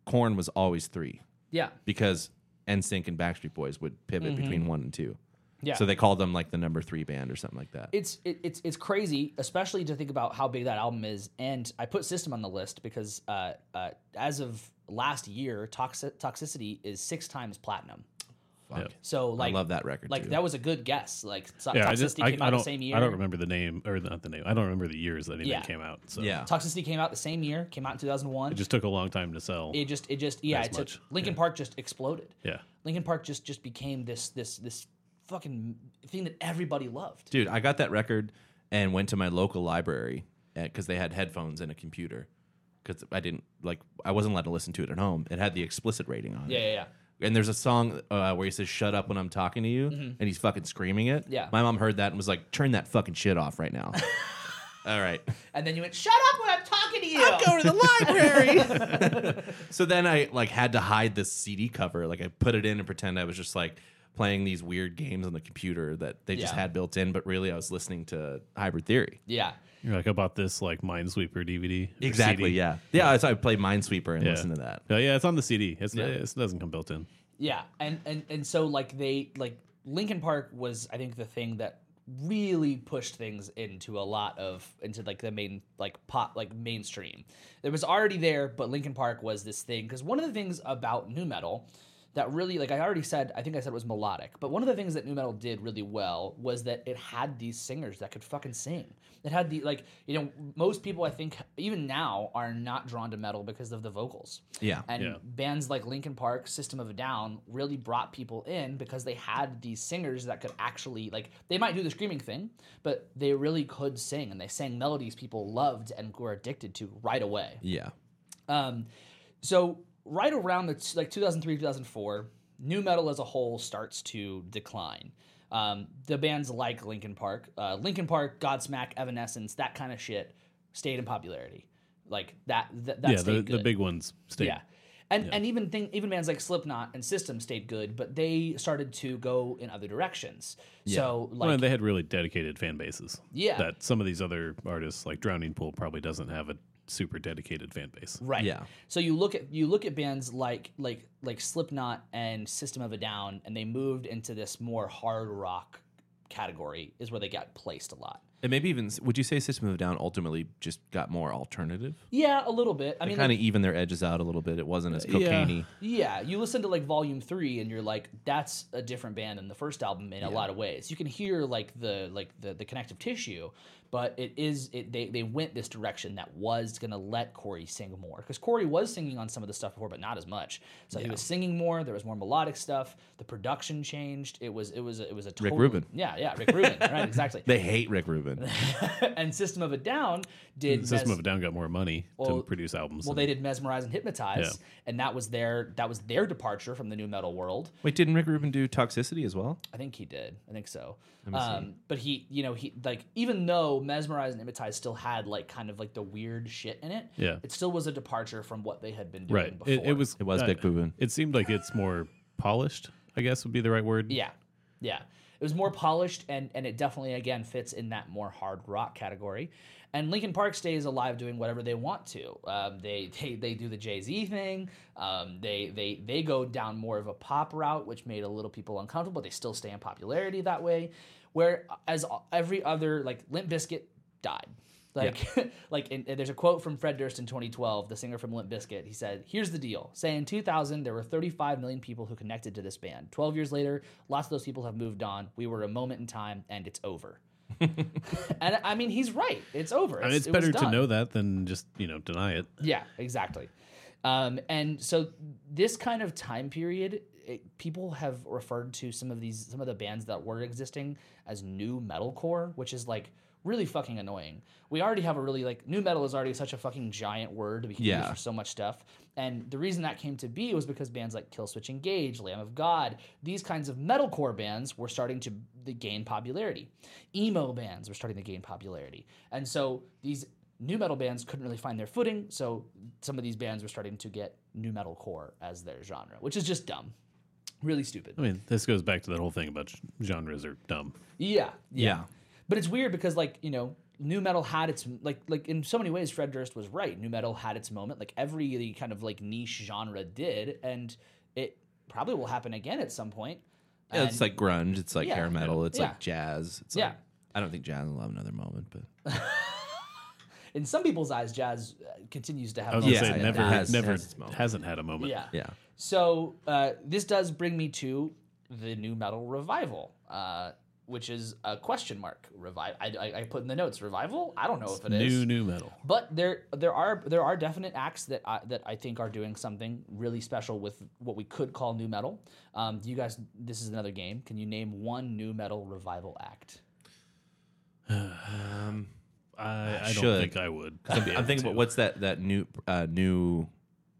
Speaker 2: Corn was always three
Speaker 1: Yeah.
Speaker 2: because NSYNC and Backstreet Boys would pivot between one and two.
Speaker 1: Mm-hmm. Yeah.
Speaker 2: So they called them like the number three band or something like that.
Speaker 1: It's it, it's it's crazy, especially to think about how big that album is. And I put System on the list because uh, uh, as of last year, toxic, toxicity is six times platinum.
Speaker 2: Fuck.
Speaker 1: So like,
Speaker 2: I love that record.
Speaker 1: Like
Speaker 2: too.
Speaker 1: that was a good guess. Like so-
Speaker 3: Yeah,
Speaker 1: toxicity
Speaker 3: I just I,
Speaker 1: came
Speaker 3: I
Speaker 1: out
Speaker 3: don't
Speaker 1: the same year.
Speaker 3: I don't remember the name or not the name. I don't remember the years that anything
Speaker 1: Yeah.
Speaker 3: came out. So
Speaker 2: yeah.
Speaker 1: Toxicity came out the same year. Came out in two thousand one.
Speaker 3: it just took a long time to sell.
Speaker 1: It just it just yeah.
Speaker 3: as
Speaker 1: It took,
Speaker 3: much.
Speaker 1: Lincoln Park just exploded.
Speaker 3: yeah,
Speaker 1: Lincoln Park just just became this this this fucking thing that everybody loved.
Speaker 2: Dude, I got that record and went to my local library because they had headphones and a computer. Because I didn't like, I wasn't allowed to listen to it at home. It had the explicit rating on
Speaker 1: Yeah,
Speaker 2: it.
Speaker 1: yeah, yeah.
Speaker 2: And there's a song uh, where he says "Shut up when I'm talking to you," and he's fucking screaming it.
Speaker 1: Mm-hmm. Yeah.
Speaker 2: my mom heard that and was like, "Turn that fucking shit off right now." All right,
Speaker 1: And then you went, "Shut up when I'm talking to you."
Speaker 2: to the library. so then I like had to hide this CD cover. Like I put it in and pretend I was just like playing these weird games on the computer that they just
Speaker 1: Yeah.
Speaker 2: had built in, but really I was listening to Hybrid Theory.
Speaker 1: yeah,
Speaker 3: you're like I bought this like Minesweeper DVD. or
Speaker 2: Exactly.
Speaker 3: CD.
Speaker 2: Yeah. Yeah. So I play Minesweeper and
Speaker 3: Yeah.
Speaker 2: listen to that.
Speaker 3: Oh, yeah, it's on the CD. It's it doesn't come built in.
Speaker 1: yeah. And and and so like they like Lincoln Park was I think the thing that really pushed things into a lot of into like the main like pop like mainstream. It was already there, but Lincoln Park was this thing because one of the things about new metal that really like I already said I think I said it was melodic, but one of the things that new metal did really well was that it had these singers that could fucking sing. It had the like you know most people I think even now are not drawn to metal because of the vocals.
Speaker 2: Yeah.
Speaker 1: And
Speaker 3: Yeah.
Speaker 1: bands like Linkin Park, System of a Down really brought people in because they had these singers that could actually like they might do the screaming thing, but they really could sing and they sang melodies people loved and were addicted to right away.
Speaker 2: Yeah.
Speaker 1: Um, so right around the t- like 2003, 2004, new metal as a whole starts to decline. Um, the bands like Linkin Park, uh, Linkin Park, Godsmack, Evanescence, that kind of shit, stayed in popularity. Like that, th- that
Speaker 3: yeah, the,
Speaker 1: stayed
Speaker 3: the
Speaker 1: good.
Speaker 3: big ones stayed.
Speaker 1: Yeah. And, and even thing, even bands like Slipknot and System stayed good, but they started to go in other directions. So like
Speaker 3: Well, and they had really dedicated fan bases.
Speaker 1: Yeah.
Speaker 3: that some of these other artists like Drowning Pool probably doesn't have a super dedicated fan base.
Speaker 1: Right.
Speaker 2: Yeah.
Speaker 1: So you look at you look at bands like like like Slipknot and System of a Down, and they moved into this more hard rock category is where they got placed a lot.
Speaker 2: And maybe even would you say System of a Down ultimately just got more alternative?
Speaker 1: Yeah, a little bit. I mean,
Speaker 2: Kind
Speaker 1: like,
Speaker 2: of even their edges out a little bit. It wasn't as
Speaker 3: yeah.
Speaker 2: cocaine
Speaker 1: yeah, you listen to like Volume Three, and you're like, that's a different band than the first album in a lot of ways. You can hear like the like the the connective tissue, but it is it, they they went this direction that was gonna let Corey sing more because Corey was singing on some of the stuff before, but not as much. So he was singing more. There was more melodic stuff. The production changed. It was it was a- it was a totally,
Speaker 2: Rubin.
Speaker 1: Yeah, yeah, Rick Rubin. right, exactly.
Speaker 2: They hate Rick Rubin.
Speaker 1: and System of a Down did
Speaker 3: System
Speaker 1: mes-
Speaker 3: of a Down got more money
Speaker 1: Well-
Speaker 3: to produce albums.
Speaker 1: well,
Speaker 3: than-
Speaker 1: they did mesmerize and hypnotize,
Speaker 3: Yeah.
Speaker 1: and that was their that was their departure from the new metal world.
Speaker 2: Wait, didn't Rick Rubin do Toxicity as well?
Speaker 1: I think he did. I think so. Um, but he, you know, he like even though mesmerize and hypnotize still had like kind of like the weird shit in it.
Speaker 3: Yeah.
Speaker 1: it still was a departure from what they had been doing
Speaker 3: right.
Speaker 1: before.
Speaker 3: It, it was
Speaker 2: It was
Speaker 3: uh,
Speaker 2: Dick Rubin.
Speaker 3: It seemed like it's more polished. I guess would be the right word.
Speaker 1: Yeah, yeah. It was more polished, and and it definitely again fits in that more hard rock category. And Lincoln Park stays alive doing whatever they want to. Um, they, they they do the Jay Z thing. Um, they they they go down more of a pop route, which made a little people uncomfortable. But they still stay in popularity that way. Where as every other like Limp Biscuit died. Like, like, and, and there's a quote from Fred Durst in 2012, the singer from Limp Bizkit. He said, "Here's the deal. Say in 2000 there were 35 million people who connected to this band. 12 years later, lots of those people have moved on. We were a moment in time, and it's over." and I mean, he's right. It's over.
Speaker 3: I mean, it's
Speaker 1: it was
Speaker 3: better to
Speaker 1: done.
Speaker 3: know that than just you know deny it.
Speaker 1: Yeah, exactly. Um, and so this kind of time period, it, people have referred to some of these some of the bands that were existing as new metalcore, which is like really fucking annoying. We already have a really like new metal is already such a fucking giant word we can use
Speaker 2: Yeah.
Speaker 1: for so much stuff. And the reason that came to be was because bands like Killswitch Engage, Lamb of God, these kinds of metalcore bands were starting to b- gain popularity. Emo bands were starting to gain popularity. And so these new metal bands couldn't really find their footing, so some of these bands were starting to get new metalcore as their genre, which is just dumb. Really stupid.
Speaker 3: I mean, this goes back to that whole thing about sh- genres are dumb.
Speaker 1: Yeah, yeah.
Speaker 2: Yeah.
Speaker 1: But it's weird because like, you know, new metal had its like like in so many ways Fred Durst was right. New metal had its moment. Like every kind of like niche genre did and it probably will happen again at some point.
Speaker 2: Yeah, it's
Speaker 1: And-
Speaker 2: like grunge. It's like
Speaker 1: Yeah.
Speaker 2: hair metal. It's
Speaker 1: Yeah.
Speaker 2: like jazz. It's
Speaker 1: Yeah.
Speaker 2: Like, I don't think jazz will have another moment, but
Speaker 1: in some people's eyes jazz uh, continues to have
Speaker 3: I was gonna
Speaker 2: Yeah,
Speaker 3: say
Speaker 2: yeah,
Speaker 3: never,
Speaker 2: it has-
Speaker 3: never
Speaker 2: has its moment.
Speaker 3: hasn't had a moment.
Speaker 1: Yeah.
Speaker 2: yeah.
Speaker 1: So uh, this does bring me to the new metal revival, uh, which is a question mark revive. I, I, I put in the notes revival. I don't know if it is
Speaker 3: new new metal.
Speaker 1: but there there are there are definite acts that I, that I think are doing something really special with what we could call new metal. Um, do you guys? This is another game. Can you name one new metal revival act?
Speaker 3: I, I don't
Speaker 2: Should.
Speaker 3: think I would.
Speaker 2: I'm thinking about what's that that new uh, new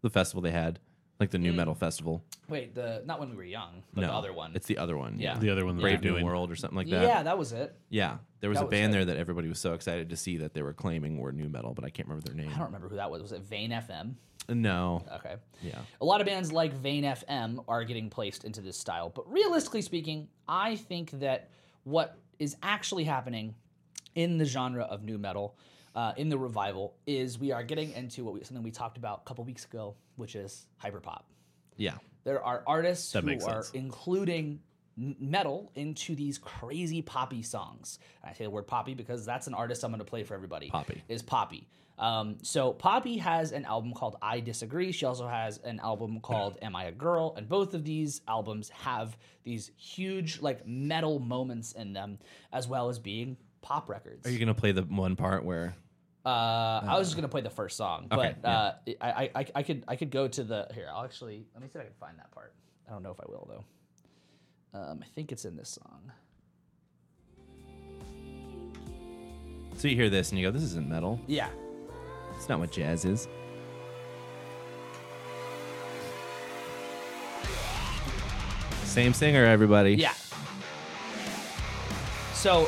Speaker 2: the festival they had, like the new metal festival.
Speaker 1: Wait, the not when we were young, but
Speaker 2: no,
Speaker 1: Mm. the other one.
Speaker 2: It's the other one.
Speaker 1: Yeah.
Speaker 3: the other one that
Speaker 2: Brave
Speaker 3: they're
Speaker 2: New
Speaker 3: doing.
Speaker 2: World or something like that.
Speaker 1: yeah, that was it.
Speaker 2: Yeah. There was
Speaker 1: That
Speaker 2: a
Speaker 1: was
Speaker 2: band
Speaker 1: it.
Speaker 2: there that everybody was so excited to see that they were claiming were new metal, but I can't remember their name.
Speaker 1: I don't remember who that was. Was it Vane FM?
Speaker 2: No.
Speaker 1: Okay.
Speaker 2: Yeah.
Speaker 1: A lot of bands like Vane FM are getting placed into this style, but realistically speaking, I think that what is actually happening in the genre of new metal, uh, in the revival, is we are getting into what we, something we talked about a couple weeks ago, which is hyperpop.
Speaker 2: Yeah.
Speaker 1: There are artists
Speaker 3: That
Speaker 1: who
Speaker 3: makes
Speaker 1: are
Speaker 3: sense.
Speaker 1: including n- metal into these crazy poppy songs. And I say the word poppy because that's an artist I'm going to play for everybody.
Speaker 2: Poppy.
Speaker 1: is Poppy. Um, so Poppy has an album called I Disagree. She also has an album called Am I a Girl? And both of these albums have these huge like metal moments in them, as well as being pop records.
Speaker 2: Are you gonna play the one part where
Speaker 1: Uh, I was just gonna play the first song,
Speaker 2: Okay,
Speaker 1: but uh, I, I I could I could go to the here. I'll actually let me see if I can find that part. I don't know if I will though. Um, I think it's in this song.
Speaker 2: so you hear this and you go, This isn't metal.
Speaker 1: Yeah,
Speaker 2: It's not what jazz is. Same singer, everybody.
Speaker 1: yeah. So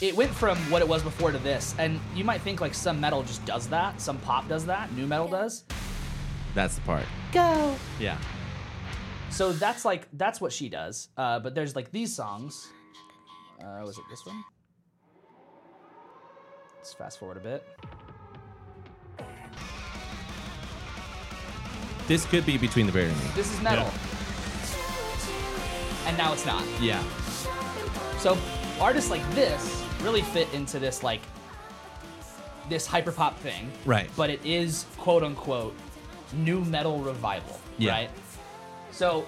Speaker 1: it went from what it was before to this, and you might think like some metal just does that, some pop does that, new metal does.
Speaker 2: That's the part.
Speaker 1: Go.
Speaker 2: Yeah.
Speaker 1: So that's like that's what she does. Uh, but there's like these songs. Uh, was it this one? Let's fast forward a bit.
Speaker 2: This could be between the bear and me.
Speaker 1: This is metal, and now it's not.
Speaker 2: Yeah.
Speaker 1: So artists like this really fit into this like this hyperpop thing,
Speaker 2: Right.
Speaker 1: But it is quote unquote new metal revival,
Speaker 2: Yeah.
Speaker 1: right? So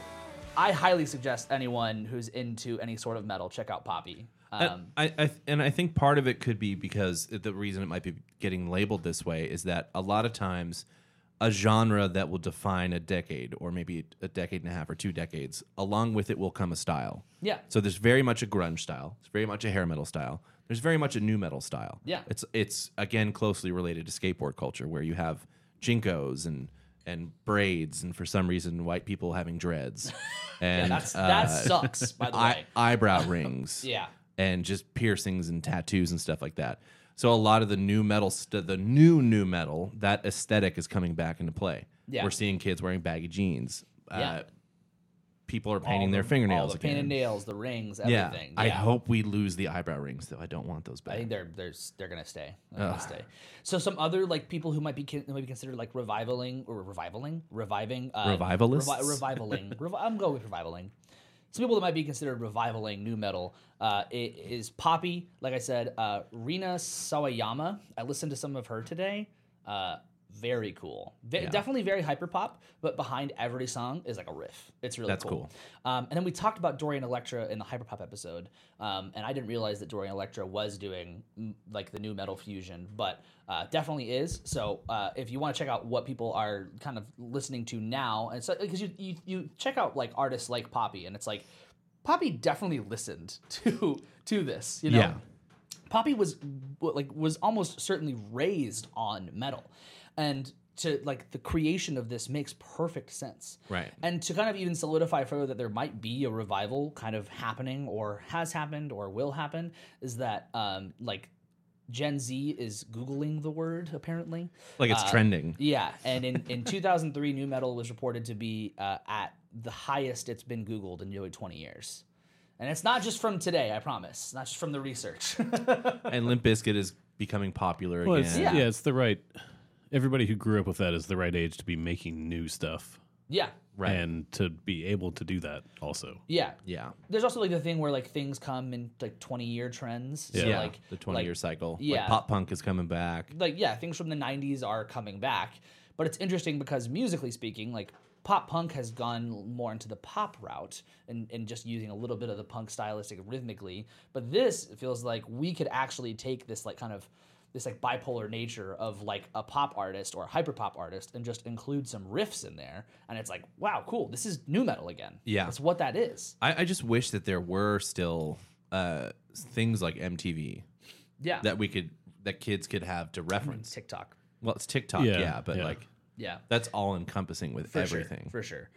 Speaker 1: I highly suggest anyone who's into any sort of metal check out Poppy. Um,
Speaker 2: I, I and I think part of it could be because the reason it might be getting labeled this way is that a lot of times a genre that will define a decade or maybe a decade and a half or two decades, along with it will come a style.
Speaker 1: yeah.
Speaker 2: So there's very much a grunge style. There's very much a hair metal style. There's very much a new metal style.
Speaker 1: Yeah.
Speaker 2: It's it's again closely related to skateboard culture where you have jinkos and and braids and for some reason white people having dreads. And
Speaker 1: That's
Speaker 2: uh,
Speaker 1: that sucks. By the
Speaker 2: eye,
Speaker 1: way,
Speaker 2: eyebrow rings
Speaker 1: yeah.
Speaker 2: and just piercings and tattoos and stuff like that. So a lot of the new metal, st- the new new metal, that aesthetic is coming back into play.
Speaker 1: Yeah.
Speaker 2: We're seeing kids wearing baggy jeans. Uh,
Speaker 1: Yeah.
Speaker 2: people are painting
Speaker 1: All
Speaker 2: their
Speaker 1: the-
Speaker 2: fingernails
Speaker 1: all the
Speaker 2: again.
Speaker 1: painted nails, the rings,
Speaker 2: yeah.
Speaker 1: everything.
Speaker 2: I hope we lose the eyebrow rings though. I don't want those
Speaker 1: I
Speaker 2: back.
Speaker 1: think they're they're s- they're gonna stay. They're gonna stay. So some other like people who might be con- who might be considered like revivaling or revivaling, reviving, uh,
Speaker 2: Revivalists?
Speaker 1: revi- revivaling. revi- I'm going with revivaling. Some people that might be considered revivaling new metal uh, i- is Poppy. Like I said, uh, Rina Sawayama. I listened to some of her today. Uh, very cool. Ve- Definitely very hyper pop, but behind every song is like a riff. It's really
Speaker 2: That's
Speaker 1: cool.
Speaker 2: cool.
Speaker 1: Um, and then we talked about Dorian Electra in the Hyperpop episode, um, and I didn't realize that Dorian Electra was doing mm, like the new metal fusion, but uh, definitely is. So uh, if you want to check out what people are kind of listening to now, and so because you, you you check out like artists like Poppy, and it's like Poppy definitely listened to to this, you know.
Speaker 2: Yeah.
Speaker 1: Poppy was like was almost certainly raised on metal, and to like the creation of this makes perfect sense.
Speaker 2: Right.
Speaker 1: And to kind of even solidify further that there might be a revival kind of happening or has happened or will happen is that um like Gen Z is googling the word apparently.
Speaker 2: Like it's
Speaker 1: Uh,
Speaker 2: trending.
Speaker 1: Yeah, and in, in 2003, new metal was reported to be uh, at the highest it's been Googled in nearly 20 years. And it's not just from today, I promise. It's not just from the research.
Speaker 2: and Limp Bizkit is becoming popular
Speaker 3: Well, it's,
Speaker 2: again.
Speaker 1: Yeah.
Speaker 3: yeah. it's the right. Everybody who grew up with that is the right age to be making new stuff
Speaker 1: yeah,
Speaker 2: Right.
Speaker 3: and to be able to do that also.
Speaker 1: yeah.
Speaker 2: yeah.
Speaker 1: There's also like the thing where like things come in like 20 year trends. So
Speaker 2: yeah.
Speaker 1: like
Speaker 2: the 20
Speaker 1: like,
Speaker 2: year cycle.
Speaker 1: yeah.
Speaker 2: Like pop punk is coming back.
Speaker 1: like yeah, things from the '90s are coming back. But it's interesting because musically speaking, like pop punk has gone more into the pop route and, and just using a little bit of the punk stylistic rhythmically. But this feels like we could actually take this like kind of this like bipolar nature of like a pop artist or a hyper pop artist and just include some riffs in there and it's like wow cool this is new metal again
Speaker 2: Yeah.
Speaker 1: that's what that is
Speaker 2: I, I just wish that there were still uh, things like MTV
Speaker 1: yeah
Speaker 2: that we could that kids could have to reference.
Speaker 1: tiktok
Speaker 2: Mm-hmm. Well, it's TikTok, yeah,
Speaker 3: Yeah,
Speaker 2: but
Speaker 3: yeah.
Speaker 2: like
Speaker 1: yeah
Speaker 2: that's all encompassing with
Speaker 1: For sure,
Speaker 2: everything.
Speaker 1: for sure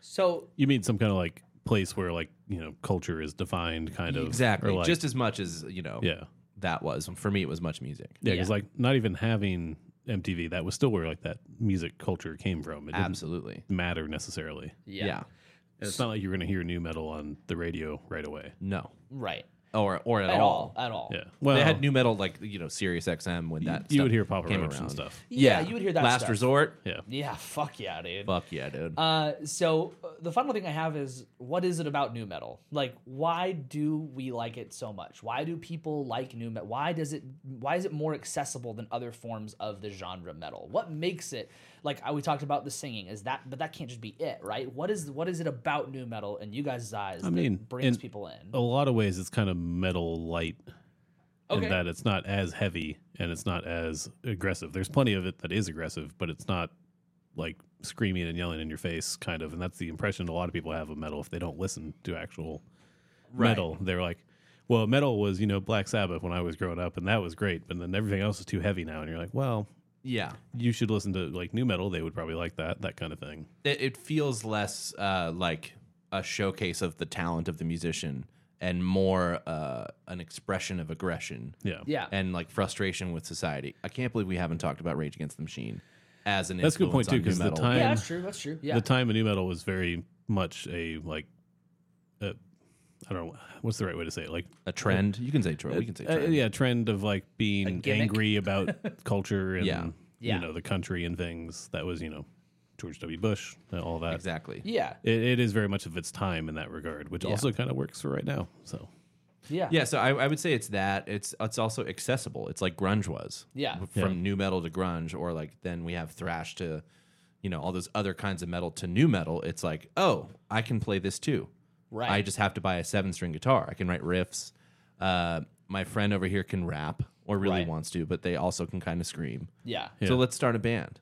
Speaker 1: so
Speaker 3: You mean some kind of like place where like you know culture is defined, kind of
Speaker 2: Exactly,
Speaker 3: or, like-
Speaker 2: just as much as you know.
Speaker 3: yeah,
Speaker 2: that was for me. It was much music.
Speaker 3: yeah. Because
Speaker 1: Yeah.
Speaker 3: like not even having MTV, that was still where like that music culture came from. It didn't
Speaker 2: Absolutely,
Speaker 3: matter necessarily.
Speaker 2: yeah.
Speaker 3: And it's not like you're going to hear new metal on the radio right away.
Speaker 2: No,
Speaker 1: right
Speaker 2: or or at,
Speaker 1: at all,
Speaker 2: all.
Speaker 1: at all
Speaker 3: Yeah. Well,
Speaker 2: they had new metal like you know Sirius XM when that
Speaker 3: you
Speaker 2: stuff
Speaker 3: would hear pop
Speaker 2: came
Speaker 3: roach
Speaker 2: around.
Speaker 3: and stuff.
Speaker 1: Yeah, you would hear that
Speaker 2: Last
Speaker 1: stuff.
Speaker 2: resort.
Speaker 3: Yeah.
Speaker 1: Yeah, fuck yeah, dude.
Speaker 2: Fuck yeah, dude.
Speaker 1: Uh, so uh, the final thing I have is, what is it about new metal? Like, why do we like it so much? Why do people like new metal? Why does it? Why is it more accessible than other forms of the genre metal? What makes it? Like I, we talked about the singing, is that? But that can't just be it, right? What is? What is it about new metal in you guys' eyes? I
Speaker 3: mean,
Speaker 1: that brings
Speaker 3: in-
Speaker 1: people in.
Speaker 3: A lot of ways, it's kind of metal light
Speaker 1: okay.
Speaker 3: in that it's not as heavy and it's not as aggressive. There's plenty of it that is aggressive, but it's not like screaming and yelling in your face, kind of. And that's the impression a lot of people have of metal if they don't listen to actual metal. They're like, well, metal was, you know, Black Sabbath when I was growing up, and that was great, but then everything else is too heavy now. And you're like, well,
Speaker 2: yeah,
Speaker 3: you should listen to like new metal. They would probably like that, that kind of thing.
Speaker 2: it, it feels less uh, like a showcase of the talent of the musician and more uh, an expression of aggression.
Speaker 3: Yeah.
Speaker 1: yeah.
Speaker 2: and like frustration with society. I can't believe we haven't talked about Rage Against the Machine as an
Speaker 3: That's a good point,
Speaker 2: influence on
Speaker 3: too, 'cause
Speaker 2: nu
Speaker 3: the
Speaker 2: metal.
Speaker 3: time-
Speaker 1: yeah, that's true. That's true. Yeah.
Speaker 3: the time of new metal was very much a like I I don't know what's the right way to say it like
Speaker 2: a trend. You can say trend. We can say
Speaker 3: uh,
Speaker 2: trend.
Speaker 3: yeah trend of like being
Speaker 1: gimmick?
Speaker 3: angry about culture and
Speaker 2: Yeah.
Speaker 1: Yeah.
Speaker 3: you know the country and things that was you know George W Bush and all that
Speaker 2: exactly.
Speaker 1: yeah.
Speaker 3: it, it is very much of its time in that regard which also kind of works for right now so
Speaker 1: Yeah.
Speaker 2: Yeah, so I, I would say it's that. It's it's also accessible. It's like grunge was.
Speaker 1: Yeah.
Speaker 2: From new metal to grunge, or like then we have thrash to, you know, all those other kinds of metal to new metal. It's like, oh, I can play this too.
Speaker 1: Right.
Speaker 2: I just have to buy a seven string guitar. I can write riffs. Uh, my friend over here can rap or really
Speaker 1: Right.
Speaker 2: wants to, but they also can kind of scream.
Speaker 1: Yeah.
Speaker 2: So
Speaker 3: Yeah.
Speaker 2: let's start a band.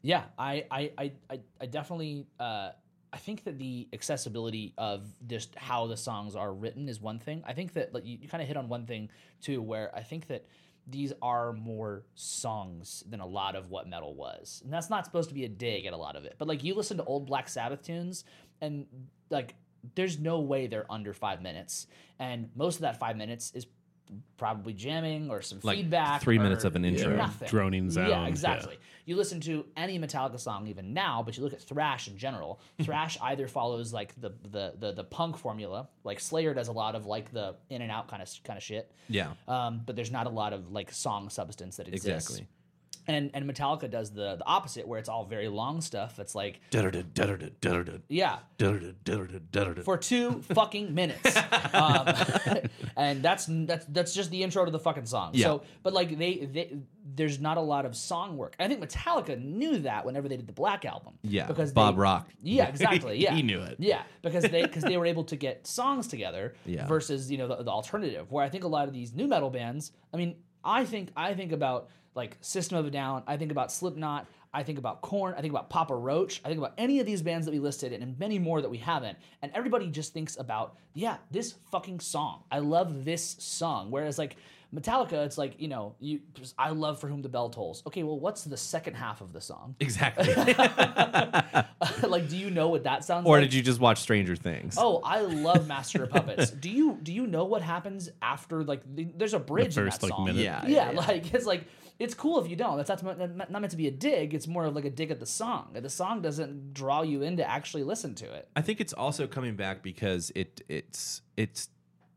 Speaker 1: Yeah, I I I I, I definitely uh, I think that the accessibility of just how the songs are written is one thing. I think that like, you, you kind of hit on one thing too, where I think that these are more songs than a lot of what metal was, and that's not supposed to be a dig at a lot of it. But like you listen to old Black Sabbath tunes, and like there's no way they're under five minutes, and most of that five minutes is probably jamming or some
Speaker 2: Like
Speaker 1: feedback
Speaker 2: three minutes
Speaker 1: or
Speaker 2: of an intro.
Speaker 1: nothing.
Speaker 3: Droning
Speaker 1: yeah
Speaker 3: sound,
Speaker 1: exactly you listen to any Metallica song even now, but you look at thrash in general. Thrash either follows like the, the the the punk formula, like Slayer does a lot of like the in and out kind of kind of shit.
Speaker 2: Yeah.
Speaker 1: Um, but there's not a lot of like song substance that exists.
Speaker 2: Exactly.
Speaker 1: And and Metallica does the the opposite, where it's all very long stuff. It's like
Speaker 2: Exactly.
Speaker 1: yeah, for two fucking minutes, um, and that's that's that's just the intro to the fucking song. So, but like they, they there's not a lot of song work. I think Metallica knew that whenever they did the Black album.
Speaker 2: Yeah.
Speaker 1: because
Speaker 2: Bob
Speaker 1: they-
Speaker 2: Rock.
Speaker 1: Yeah, exactly. Yeah,
Speaker 2: he knew it.
Speaker 1: Yeah, because they because they were able to get songs together
Speaker 2: Yeah.
Speaker 1: versus you know the, the alternative. Where I think a lot of these new metal bands. I mean, I think I think about like System of a Down. I think about Slipknot. I think about Corn. I think about Papa Roach. I think about any of these bands that we listed and many more that we haven't. And everybody just thinks about yeah, this fucking song. I love this song. Whereas like. Metallica, it's like you know, you. I love for whom the bell tolls. Okay, well, what's the second half of the song?
Speaker 2: Exactly.
Speaker 1: like, do you know what that sounds
Speaker 2: or
Speaker 1: like?
Speaker 2: did you just watch Stranger Things?
Speaker 1: Oh, I love Master of Puppets. do you do you know what happens after like the, there's a bridge
Speaker 3: first,
Speaker 1: in
Speaker 3: like,
Speaker 1: that song?
Speaker 3: minute.
Speaker 2: Yeah,
Speaker 1: yeah,
Speaker 2: yeah, yeah.
Speaker 1: like it's like it's cool if you don't. That's not, not not meant to be a dig. It's more of like a dig at the song. The song doesn't draw you in to actually listen to it.
Speaker 2: I think it's also coming back because it it's it's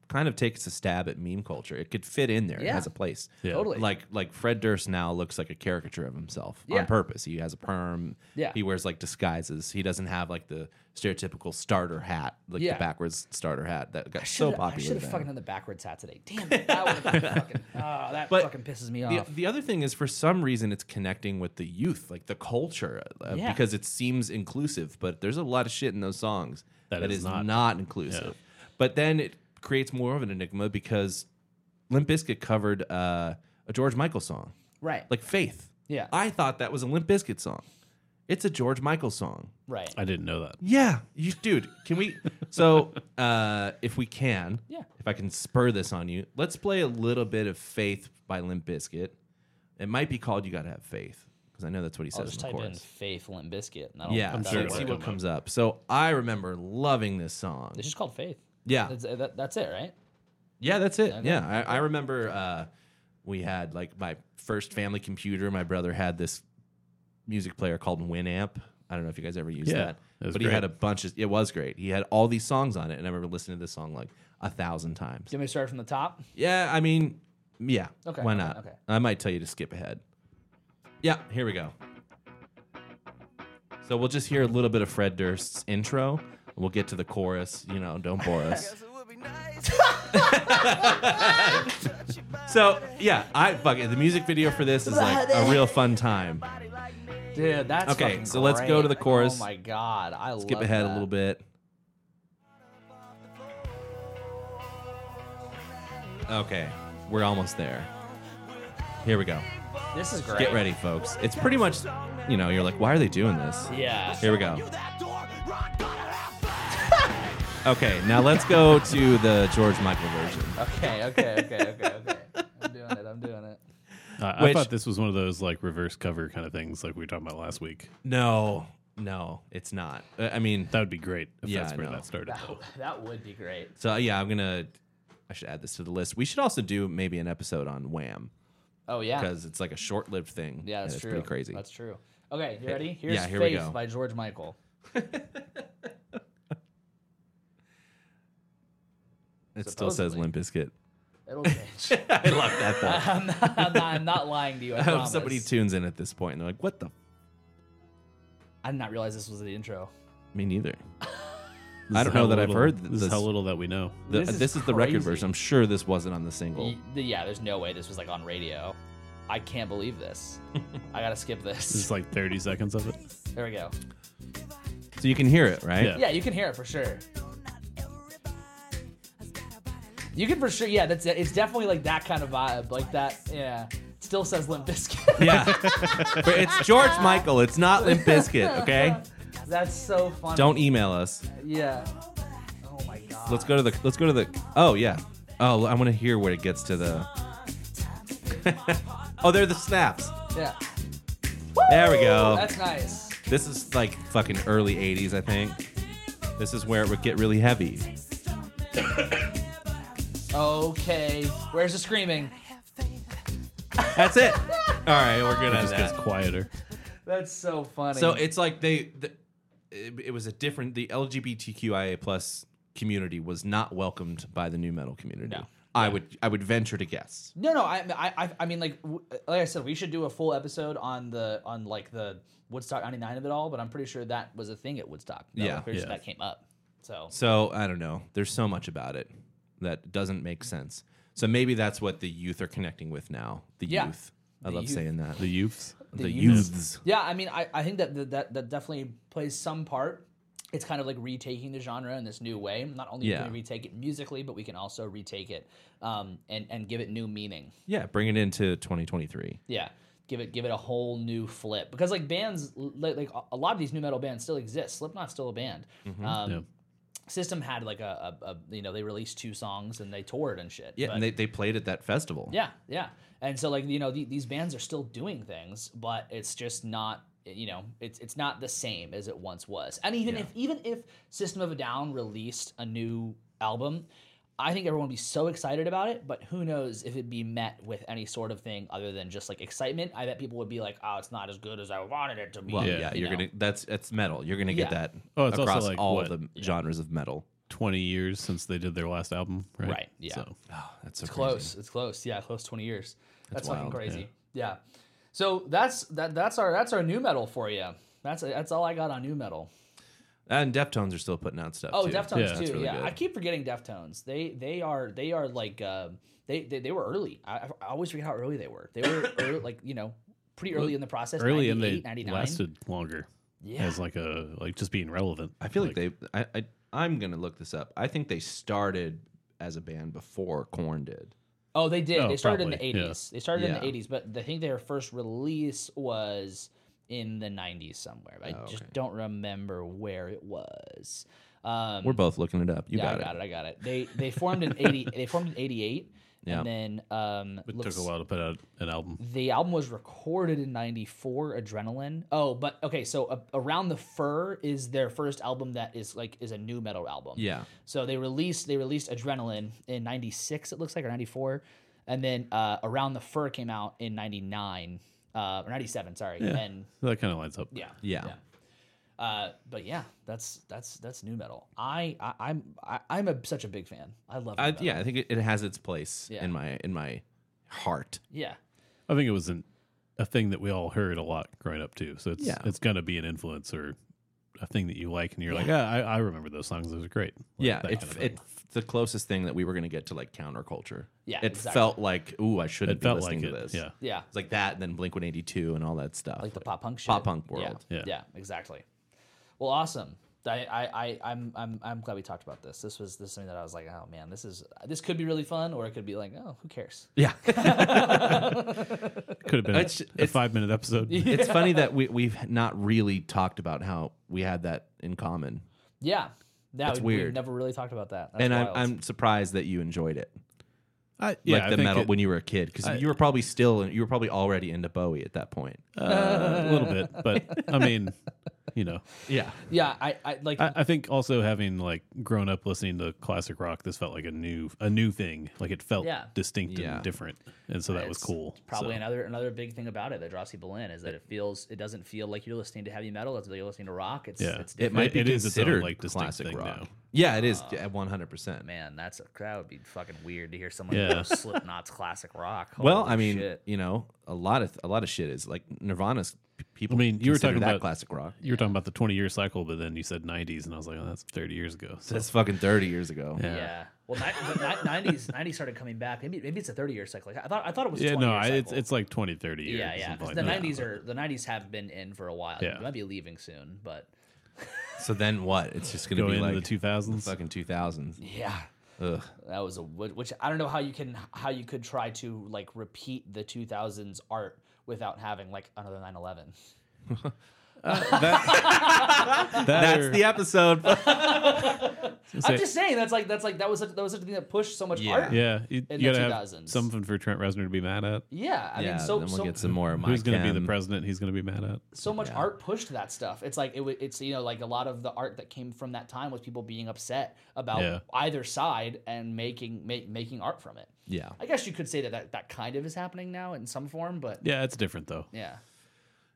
Speaker 2: kind of takes a stab at meme culture. It could fit in there. It
Speaker 1: Yeah.
Speaker 2: has a place.
Speaker 3: Yeah.
Speaker 1: Totally.
Speaker 2: Like like Fred Durst now looks like a caricature of himself
Speaker 1: Yeah.
Speaker 2: on purpose. He has a perm.
Speaker 1: Yeah.
Speaker 2: He wears like disguises. He doesn't have like the stereotypical starter hat, like
Speaker 1: Yeah.
Speaker 2: the backwards starter hat that got so
Speaker 1: Should've-
Speaker 2: popular.
Speaker 1: I should have
Speaker 2: back
Speaker 1: fucking done the backwards hat today. Damn it! That would have been fucking. Oh, that
Speaker 2: But
Speaker 1: fucking pisses me
Speaker 2: the,
Speaker 1: off.
Speaker 2: the other thing is for some reason it's connecting with the youth like the culture uh,
Speaker 1: Yeah.
Speaker 2: because it seems inclusive but there's a lot of shit in those songs
Speaker 3: That
Speaker 2: that
Speaker 3: is
Speaker 2: is, not,
Speaker 3: not-
Speaker 2: inclusive but then it creates more of an enigma because limp bizkit covered uh, a george michael song
Speaker 1: right.
Speaker 2: like faith
Speaker 1: Yeah.
Speaker 2: i thought that was a limp bizkit song it's a george michael song
Speaker 1: right.
Speaker 3: I didn't know that.
Speaker 2: yeah, you dude. Can we? So, uh, if we can,
Speaker 1: Yeah.
Speaker 2: If I can spur this on you, let's play a little bit of "Faith" by Limp Bizkit. It might be called "You Gotta Have Faith" because I know that's what he
Speaker 1: I'll
Speaker 2: says
Speaker 1: just
Speaker 2: in
Speaker 1: type
Speaker 2: the
Speaker 1: in
Speaker 2: chorus.
Speaker 1: Faith Limp Biscuit.
Speaker 2: Yeah,
Speaker 3: I'm
Speaker 2: so
Speaker 3: sure
Speaker 2: let's see
Speaker 3: it'll
Speaker 2: what
Speaker 3: come
Speaker 2: comes up. So I remember loving this song.
Speaker 1: It's just called Faith.
Speaker 2: Yeah,
Speaker 1: It's, that, that's it, right?
Speaker 2: yeah, that's it. Yeah, I, I remember uh, we had like my first family computer. My brother had this music player called Winamp. I don't know if you guys ever used
Speaker 3: Yeah,
Speaker 2: that,
Speaker 3: it was
Speaker 2: but he
Speaker 3: great.
Speaker 2: had a bunch of. It was great. He had all these songs on it, and I remember listening to this song like a thousand times.
Speaker 1: Do you want me to start from the top?
Speaker 2: Yeah, I mean, yeah.
Speaker 1: Okay,
Speaker 2: Why
Speaker 1: okay,
Speaker 2: not?
Speaker 1: okay.
Speaker 2: I might tell you to skip ahead. Yeah, here we go. So we'll just hear a little bit of Fred Durst's intro. and We'll get to the chorus. You know, don't bore us.
Speaker 4: Guess it would be nice. Touch your body
Speaker 2: So yeah, I fuck it. The music video for this is like a real fun time.
Speaker 4: like me.
Speaker 1: Dude, that's
Speaker 2: Okay,
Speaker 1: fucking
Speaker 2: so let's go
Speaker 1: great.
Speaker 2: to the chorus.
Speaker 1: Oh my god, I love
Speaker 2: Skip ahead a
Speaker 1: that.
Speaker 2: little bit. Okay, we're almost there. Here we go.
Speaker 1: This is great.
Speaker 2: Get ready, folks. It's pretty much, you know, you're like, why are they doing this?
Speaker 1: Yeah.
Speaker 2: Here we go.
Speaker 4: You that door, Ron gotta have
Speaker 2: Okay, now let's go to the George Michael version.
Speaker 1: Okay, okay, okay, okay, okay. I'm doing it. I'm doing it.
Speaker 3: I, I
Speaker 2: Which-
Speaker 3: thought this was one of those like reverse cover kind of things like we were talking about last week.
Speaker 2: No, no, it's not. Uh, I mean,
Speaker 3: That would be great if
Speaker 2: Yeah,
Speaker 3: that's
Speaker 2: I
Speaker 3: where
Speaker 2: know.
Speaker 3: that started.
Speaker 1: That,
Speaker 3: though.
Speaker 1: that would be great.
Speaker 2: so yeah, I'm gonna. I should add this to the list. We should also do maybe an episode on Wham
Speaker 1: Oh yeah.
Speaker 2: because it's like a short-lived thing.
Speaker 1: Yeah,
Speaker 2: and
Speaker 1: that's
Speaker 2: it's
Speaker 1: true.
Speaker 2: pretty crazy.
Speaker 1: That's true. Okay, you ready? Here's
Speaker 2: yeah, here we
Speaker 1: Faith
Speaker 2: go.
Speaker 1: by George Michael.
Speaker 2: it still says
Speaker 1: supposedly.
Speaker 2: Limp Bizkit.
Speaker 1: It'll change.
Speaker 2: I love that though.
Speaker 1: I'm, not, I'm, not, I'm not lying to you. I,
Speaker 2: I hope
Speaker 1: promise.
Speaker 2: somebody tunes in at this point and they're like, "What the? F-?
Speaker 1: I did not realize this was the intro.
Speaker 2: Me neither."
Speaker 3: This
Speaker 2: I
Speaker 3: is
Speaker 2: don't
Speaker 3: how
Speaker 2: know that I've
Speaker 3: little-
Speaker 2: heard th-
Speaker 3: This is
Speaker 2: this-
Speaker 3: how little that we know.
Speaker 2: The-
Speaker 1: This
Speaker 2: this,
Speaker 1: is
Speaker 2: is the record
Speaker 1: crazy.
Speaker 2: version. I'm sure this wasn't on the single.
Speaker 1: Y- Yeah, there's no way this was like on radio. I can't believe this. I gotta skip
Speaker 3: This is
Speaker 1: this.
Speaker 3: like 30 seconds of it.
Speaker 1: There we go.
Speaker 2: So you can hear it, right?
Speaker 3: Yeah.
Speaker 1: Yeah, you can hear it for sure. You can for sure, yeah. That's it. It's definitely like that kind of vibe, like that. Yeah, still says Limp Bizkit.
Speaker 2: Yeah. but it's George Michael. It's not Limp Bizkit, okay?
Speaker 1: that's so funny.
Speaker 2: Don't email us.
Speaker 1: Yeah. Oh my god.
Speaker 2: Let's go to the let's go to the Oh yeah. Oh, I want to hear where it gets to the Oh, they're the snaps.
Speaker 1: Yeah.
Speaker 2: There we go.
Speaker 1: That's nice.
Speaker 2: This is like fucking early 80s, I think. This is where it would get really heavy.
Speaker 1: Okay. Where's the screaming?
Speaker 2: That's it. All right, we're good
Speaker 3: It
Speaker 2: on
Speaker 3: just gets
Speaker 2: that.
Speaker 3: quieter.
Speaker 1: That's so funny.
Speaker 2: So it's like they, the, it, it was a different. The LGBTQIA plus community was not welcomed by the new metal community.
Speaker 1: No.
Speaker 2: I would I would venture to guess.
Speaker 1: No, no. I, I, I- I mean, like, w- like I said, we should do a full episode on the on like the Woodstock '99 of it all. But I'm pretty sure that was a thing at Woodstock. That,
Speaker 2: Yeah.
Speaker 1: I'm pretty sure
Speaker 3: Yeah.
Speaker 1: that came up. So
Speaker 2: So I don't know. There's so much about it that doesn't make sense. So maybe that's what the youth are connecting with now. The
Speaker 1: Yeah.
Speaker 2: youth. I
Speaker 1: The
Speaker 2: love
Speaker 1: youth.
Speaker 2: saying that.
Speaker 3: The youths.
Speaker 2: The,
Speaker 1: youths.
Speaker 2: youths.
Speaker 1: yeah, I mean, I, I think that, that that that definitely plays some part. It's kind of like retaking the genre in this new way. Not only
Speaker 2: Yeah.
Speaker 1: can we retake it musically, but we can also retake it um, and and give it new meaning.
Speaker 2: Yeah, bring it into 2023.
Speaker 1: Yeah, give it give it a whole new flip because like bands like, like a lot of these new metal bands still exist. Slipknot's still a band.
Speaker 2: Mm-hmm.
Speaker 1: Um,
Speaker 3: Yeah.
Speaker 1: System had like a, a, a you know they released two songs and they toured and shit.
Speaker 2: Yeah,
Speaker 1: but-
Speaker 2: and they, they played at that festival.
Speaker 1: yeah, yeah. And so like you know the, these bands are still doing things, but it's just not you know it's it's not the same as it once was. And even if even if System of a Down released a new album. I think everyone would be so excited about it, but who knows if it'd be met with any sort of thing other than just like excitement. I bet people would be like, "Oh, it's not as good as I wanted it to be."
Speaker 2: Well, yeah,
Speaker 3: Yeah.
Speaker 1: you
Speaker 2: you're
Speaker 1: know?
Speaker 2: gonna that's that's metal. You're gonna get
Speaker 1: Yeah.
Speaker 2: that
Speaker 3: Oh, it's also
Speaker 2: across
Speaker 3: like,
Speaker 2: all
Speaker 3: what?
Speaker 2: the genres of metal.
Speaker 3: 20 years since they did their last album, right?
Speaker 1: Right, yeah.
Speaker 3: So,
Speaker 2: Oh, that's so
Speaker 1: It's close. It's close. Yeah, close twenty years. That's, fucking
Speaker 2: wild,
Speaker 1: crazy. Yeah. So that's that. That's our that's our new metal for you. That's that's all I got on new metal.
Speaker 2: And Deftones are still putting out stuff.
Speaker 1: Oh,
Speaker 2: too.
Speaker 1: Deftones
Speaker 3: Yeah,
Speaker 1: too.
Speaker 3: that's
Speaker 2: really
Speaker 1: yeah,
Speaker 2: good.
Speaker 1: I keep forgetting Deftones. They they are they are like uh, they, they they were early. I, I always forget how early they were. They were early, like you know pretty early in the process.
Speaker 3: early and they
Speaker 1: 98, 99.
Speaker 3: lasted longer
Speaker 1: Yeah.
Speaker 3: as like a like just being relevant.
Speaker 2: I feel like, they. I, I I'm gonna look this up. I think they started as a band before Corn did.
Speaker 1: Oh, they did.
Speaker 3: Oh,
Speaker 1: they started in the
Speaker 3: probably, yeah.
Speaker 1: eighties. They started in the
Speaker 2: Yeah.
Speaker 1: eighties, but I think their first release was in the nineties somewhere. I
Speaker 3: Oh,
Speaker 1: just don't remember where it was. Um,
Speaker 2: We're both looking it up. You
Speaker 1: yeah, I got
Speaker 2: got, it.
Speaker 1: it. I got it. They they formed in eighty. they formed in eighty eight,
Speaker 2: Yeah.
Speaker 1: and then um,
Speaker 3: It
Speaker 1: looks-
Speaker 3: took a while to put out an album.
Speaker 1: The album was recorded in '94. Adrenaline. Oh, but okay. So uh, around the fur is their first album that is like is a new metal album.
Speaker 2: Yeah.
Speaker 1: So they released they released Adrenaline in '96. It looks like or '94, and then uh, Around the Fur came out in '99 uh, or '97. Sorry. And
Speaker 3: So that kind of lines up.
Speaker 1: yeah.
Speaker 2: Yeah.
Speaker 1: Uh, but yeah, that's that's that's new metal. I, I I'm I, I'm a, such a big fan. I love. New
Speaker 2: I,
Speaker 1: metal.
Speaker 2: yeah. I think it, it has its place
Speaker 1: Yeah.
Speaker 2: in my in my heart.
Speaker 1: Yeah.
Speaker 3: I think it was an, a thing that we all heard a lot growing up too. So it's
Speaker 2: Yeah.
Speaker 3: it's gonna be an influence or a thing that you like, and you're like, yeah, I, I remember those songs. Those are great. Like,
Speaker 2: yeah.
Speaker 3: that
Speaker 2: It,
Speaker 3: kind of thing.
Speaker 2: it the closest thing that we were gonna get to like counterculture.
Speaker 1: Yeah,
Speaker 2: It
Speaker 1: exactly.
Speaker 2: felt like ooh, I shouldn't
Speaker 3: It
Speaker 2: be
Speaker 3: felt
Speaker 2: listening
Speaker 3: like
Speaker 2: to
Speaker 3: it,
Speaker 2: this.
Speaker 3: yeah.
Speaker 1: Yeah.
Speaker 2: It's like that, and then Blink One Eighty Two, and all that stuff.
Speaker 1: like the pop punk shit.
Speaker 2: pop punk world.
Speaker 1: Yeah.
Speaker 3: Yeah.
Speaker 1: Yeah, exactly. Well, awesome. I, I, I, I'm, I'm, I'm glad we talked about this. This was this is something that I was like, oh man, this is this could be really fun, or it could be like, oh, who cares?
Speaker 2: yeah.
Speaker 3: could have been
Speaker 2: It's-
Speaker 3: a,
Speaker 2: it's-
Speaker 3: five minute episode.
Speaker 2: it's funny that we we've not really talked about how we had that in common,
Speaker 1: Yeah, yeah.
Speaker 2: That's
Speaker 1: we, we've
Speaker 2: weird.
Speaker 1: never really talked about that. That's
Speaker 2: and I'm
Speaker 1: wild.
Speaker 2: I'm surprised that you enjoyed it,
Speaker 3: I, yeah,
Speaker 2: like
Speaker 3: I
Speaker 2: the
Speaker 3: think
Speaker 2: metal
Speaker 3: it-
Speaker 2: when you were a kid, because you were probably still you were probably already into Bowie at that point.
Speaker 3: uh, a little bit, but I mean, you know,
Speaker 2: yeah,
Speaker 1: yeah, I, I like.
Speaker 3: I, I think also having like grown up listening to classic rock, this felt like a new a new thing. Like it felt
Speaker 1: Yeah.
Speaker 3: distinct
Speaker 2: Yeah.
Speaker 3: and different, and so that was
Speaker 1: it's
Speaker 3: cool.
Speaker 1: Probably
Speaker 3: So,
Speaker 1: another another big thing about it that draws people in is that it feels it doesn't feel like you're listening to heavy metal. It's like you're listening to rock. It's
Speaker 3: Yeah.
Speaker 1: it's different.
Speaker 2: it
Speaker 3: It
Speaker 2: might be
Speaker 3: it is its own,
Speaker 2: considered
Speaker 3: like, distinct
Speaker 2: classic
Speaker 3: thing
Speaker 2: rock.
Speaker 3: now.
Speaker 2: Yeah, it is at one hundred percent.
Speaker 1: Ah, man, that's a, that would be fucking weird to hear someone
Speaker 3: Yeah.
Speaker 1: go Slipknot's classic rock.
Speaker 2: Well,
Speaker 1: Holy
Speaker 2: I mean,
Speaker 1: shit.
Speaker 2: you know, a lot of a lot of shit is like Nirvana's. p- People,
Speaker 3: I mean, you were
Speaker 2: consider
Speaker 3: talking
Speaker 2: that
Speaker 3: about-
Speaker 2: classic rock.
Speaker 3: you were talking about the twenty year cycle, but then you said nineties, and I was like, oh, that's thirty years ago. So
Speaker 2: That's fucking thirty years ago.
Speaker 3: Yeah.
Speaker 1: Yeah. Well, nineties nineties started coming back. Maybe maybe it's a thirty year cycle. Like, I thought I thought it was. A
Speaker 3: yeah,
Speaker 1: 20
Speaker 3: no,
Speaker 1: year
Speaker 3: I, it's
Speaker 1: cycle.
Speaker 3: it's like 20, 30
Speaker 1: yeah,
Speaker 3: years. or
Speaker 1: yeah.
Speaker 3: something
Speaker 1: 'cause
Speaker 3: like
Speaker 1: the
Speaker 3: that.
Speaker 1: nineties are the nineties have been in for a while.
Speaker 3: Yeah.
Speaker 1: They might be leaving soon, but
Speaker 2: So then what? It's just gonna
Speaker 3: go
Speaker 2: be
Speaker 3: into
Speaker 2: like
Speaker 3: the two thousands.
Speaker 2: fucking two thousands.
Speaker 1: yeah.
Speaker 2: Ugh.
Speaker 1: That was a wh- which I don't know how you can how you could try to like repeat the 2000s art without having like another 9/11.
Speaker 2: That's the episode.
Speaker 1: I'm just saying that's like that's like that was such, that was such a thing that pushed so much
Speaker 2: Yeah.
Speaker 1: art.
Speaker 3: yeah. You,
Speaker 1: In
Speaker 3: you
Speaker 1: the
Speaker 3: gotta have
Speaker 1: 2000s.
Speaker 3: something for Trent Reznor to be mad at.
Speaker 1: Yeah, I
Speaker 2: yeah,
Speaker 1: mean, so
Speaker 2: then we'll
Speaker 1: so,
Speaker 2: get some more. Of my
Speaker 3: Who's gonna be the
Speaker 2: chem.
Speaker 3: president? He's gonna be mad at.
Speaker 1: so much art pushed that stuff. It's like it, wa- it's you know like a lot of the art that came from that time was people being upset about
Speaker 3: Yeah.
Speaker 1: either side and making ma- making art from it.
Speaker 2: Yeah.
Speaker 1: I guess you could say that, that that kind of is happening now in some form, but
Speaker 3: Yeah, it's different though.
Speaker 1: yeah,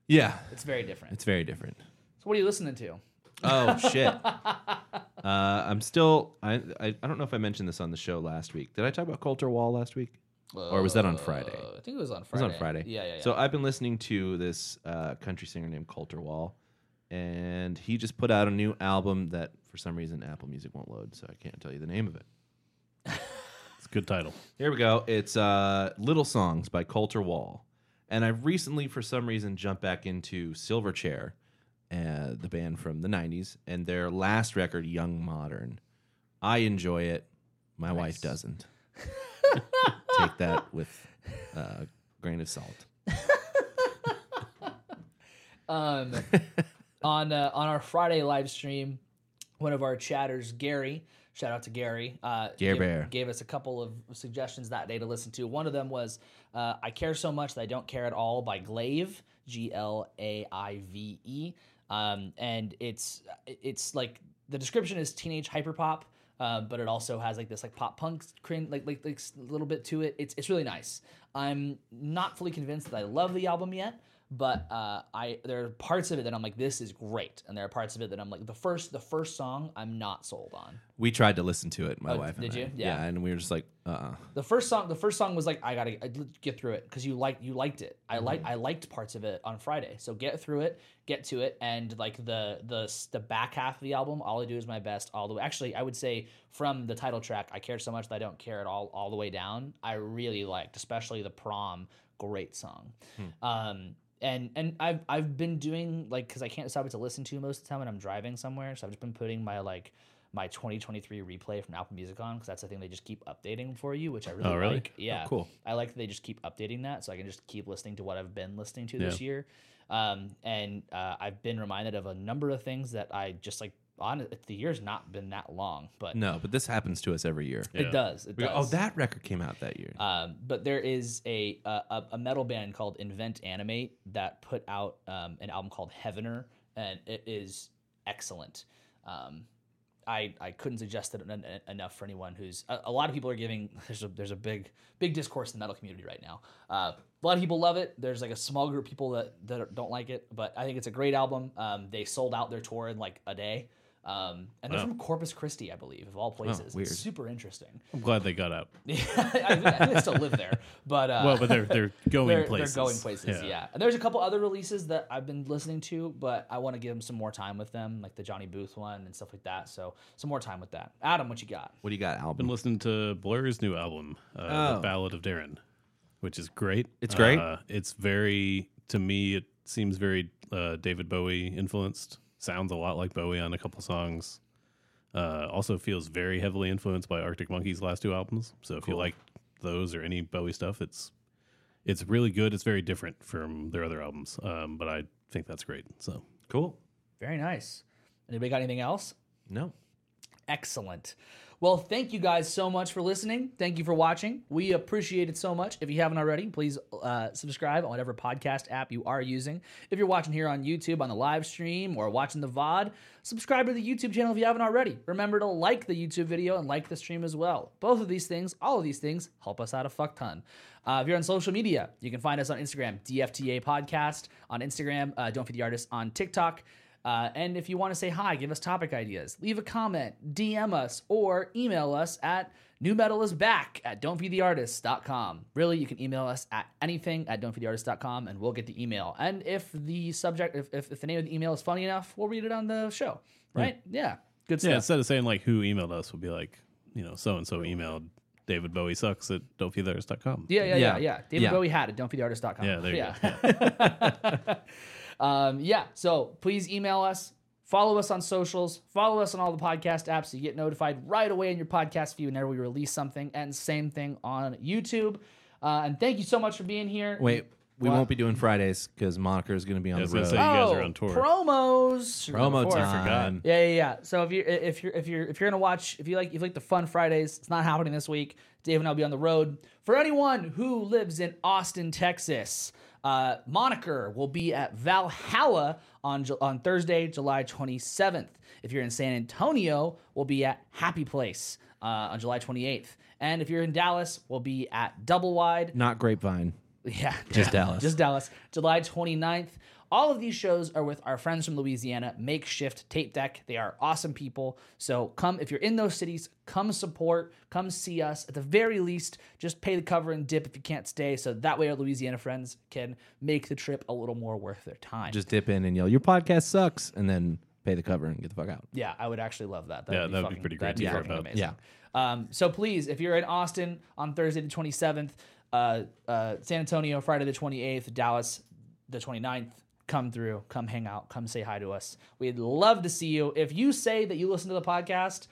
Speaker 2: Yeah.
Speaker 1: it's very different.
Speaker 2: It's very different.
Speaker 1: So what are you listening to?
Speaker 2: Oh shit. Uh, I'm still. I, I I don't know if I mentioned this on the show last week. Did I talk about Coulter Wall last week, or was that on Friday?
Speaker 1: Uh, I think it was on
Speaker 2: It was
Speaker 1: Friday.
Speaker 2: on Friday.
Speaker 1: Yeah, yeah. yeah.
Speaker 2: So I've been listening to this uh, country singer named Coulter Wall, and he just put out a new album that for some reason Apple Music won't load, so I can't tell you the name of it.
Speaker 3: It's a good title.
Speaker 2: Here we go. It's uh, Little Songs by Coulter Wall. And I recently, for some reason, jumped back into Silverchair, uh, the band from the 90s, and their last record, Young Modern. I enjoy it. My wife doesn't. Take that with uh, grain of salt.
Speaker 1: um, on uh, on our Friday live stream, one of our chatters, Gary, shout out to Gary, uh,
Speaker 2: Gare
Speaker 1: gave,
Speaker 2: Bear.
Speaker 1: gave us a couple of suggestions that day to listen to. One of them was uh, "I Care So Much That I Don't Care at All" by Glaive, G L A I V E, um, and it's it's like the description is teenage hyperpop. Uh, but it also has like this like pop punk crin like like like s- little bit to it. It's it's really nice. I'm not fully convinced that I love the album yet, but uh, I there are parts of it that I'm like, this is great, and there are parts of it that I'm like, the first the first song I'm not sold on.
Speaker 2: We tried to listen to it, my
Speaker 1: Oh,
Speaker 2: wife and
Speaker 1: did
Speaker 2: I.
Speaker 1: you? Yeah.
Speaker 2: And we were just like, uh uh
Speaker 1: The first song the first song was like, I gotta I get through it because you like you liked it. I like I liked parts of it on Friday, so get through it, get to it, and like the the s- the back half of the album, all I do is my best all the way. Actually, I would say from the title track, I care so much that I don't care at all all the way down. I really liked, especially the prom, great song. Um, and and I've I've been doing like because I can't decide what to listen to most of the time when I'm driving somewhere, so I've just been putting my like my 2023 replay from Apple Music on because that's the thing they just keep updating for you, which I really,
Speaker 3: Oh, really?
Speaker 1: like. Yeah,
Speaker 2: cool.
Speaker 1: I like that they just keep updating that, so I can just keep listening to what I've been listening to this year. Um, and uh, I've been reminded of a number of things that I just like. On the year's not been that long, but
Speaker 2: No, but this happens to us every year.
Speaker 1: it does. It
Speaker 2: We
Speaker 1: does.
Speaker 2: go, oh, that record came out that year.
Speaker 1: Um, but there is a, a a- a metal band called Invent Animate that put out um, an album called Heavener, and it is excellent. Um, I, I couldn't suggest it en- en- enough for anyone who's a, a lot of people are giving there's a there's a big big discourse in the metal community right now. Uh, a lot of people love it. There's like a small group of people that that don't like it, but I think it's a great album. Um, they sold out their tour in like a day. Um, and they're from Corpus Christi, I believe, of all places.
Speaker 2: weird.
Speaker 1: It's super interesting.
Speaker 3: I'm glad they got out.
Speaker 1: Yeah, I, think- I think they still live there, but uh,
Speaker 3: Well, but they're they're going
Speaker 1: they're,
Speaker 3: places.
Speaker 1: they're going places. Yeah. and there's a couple other releases that I've been listening to, but I want to give them some more time with them, like the Johnny Booth one and stuff like that. So some more time with that. Adam, what you got?
Speaker 2: What do you got,
Speaker 3: been
Speaker 2: album?
Speaker 3: listening to Blur's new album, uh,
Speaker 2: Oh.
Speaker 3: The Ballad of Darren, which is great.
Speaker 2: It's great?
Speaker 3: Uh, it's very, to me, it seems very uh, David Bowie influenced. Sounds a lot like Bowie on a couple songs. Uh, also feels very heavily influenced by Arctic Monkeys' last two albums. So if you like those or any Bowie stuff, it's it's really good. It's very different from their other albums, um, but I think that's great. So
Speaker 2: Cool.
Speaker 1: Very nice. Anybody got anything else?
Speaker 2: No.
Speaker 1: Excellent. Well, thank you guys so much for listening. Thank you for watching. We appreciate it so much. If you haven't already, please uh, subscribe on whatever podcast app you are using. If you're watching here on YouTube on the live stream or watching the VOD, subscribe to the YouTube channel if you haven't already. Remember to like the YouTube video and like the stream as well. Both of these things, all of these things, help us out a fuck ton. Uh, if you're on social media, you can find us on Instagram, DFTA Podcast, on Instagram, uh, Don't Feed the Artist, on TikTok. Uh, and if you want to say hi, give us topic ideas, leave a comment, DM us, or email us at newmetalisback at don'tfeedtheartist.com. Really, you can email us at anything at don'tfeedtheartist.com and we'll get the email. And if the subject, if, if, if the name of the email is funny enough, we'll read it on the show, right? Yeah. Good
Speaker 3: yeah,
Speaker 1: stuff.
Speaker 3: instead of saying like who emailed us, we'll be like, you know, so and so emailed David Bowie sucks at don'tfeeltheirs.com.
Speaker 1: Yeah, yeah, yeah,
Speaker 2: Um, Yeah.
Speaker 1: yeah. David
Speaker 2: Yeah.
Speaker 1: Bowie had it. Don'tfeedtheartist.com.
Speaker 3: Yeah, there you
Speaker 1: yeah. um, yeah. So please email us. Follow us on socials. Follow us on all the podcast apps so you get notified right away in your podcast feed whenever we release something. And same thing on YouTube. Uh, and thank you so much for being here.
Speaker 2: Wait, we
Speaker 1: What?
Speaker 2: won't be doing Fridays because Moniker is going to be on
Speaker 3: Yeah, I
Speaker 2: the road.
Speaker 3: was gonna say- guys are on tour.
Speaker 1: Oh, Promos.
Speaker 2: Promo
Speaker 1: Before I forgot.
Speaker 2: time.
Speaker 1: Yeah, yeah, yeah. So if you if you're if you're if you're gonna watch if you like if you like the fun Fridays, it's not happening this week. Dave and I'll be on the road. For anyone who lives in Austin, Texas, uh, Moniker will be at Valhalla on Ju- on Thursday, July 27th. If you're in San Antonio, we'll be at Happy Place uh, on July 28th. And if you're in Dallas, we'll be at Double Wide.
Speaker 2: Not Grapevine.
Speaker 1: Yeah.
Speaker 2: Just Dallas.
Speaker 1: Just Dallas. July 29th. All of these shows are with our friends from Louisiana, Makeshift Tape Deck. They are awesome people. So come, if you're in those cities, come support, come see us. At the very least, just pay the cover and dip if you can't stay. So that way our Louisiana friends can make the trip a little more worth their time.
Speaker 2: Just dip in and yell, "Your podcast sucks," and then pay the cover and get the fuck out.
Speaker 1: Yeah, I would actually love that. That
Speaker 3: Yeah,
Speaker 1: would be
Speaker 3: that'd be
Speaker 1: fucking,
Speaker 3: pretty great
Speaker 1: that'd
Speaker 3: to
Speaker 1: be
Speaker 3: hear
Speaker 1: fucking
Speaker 3: about.
Speaker 1: amazing. Um, so please, if you're in Austin on Thursday the 27th, uh, uh, San Antonio Friday the 28th, Dallas the 29th, come through, come hang out, come say hi to us. We'd love to see you. If you say that you listen to the podcast,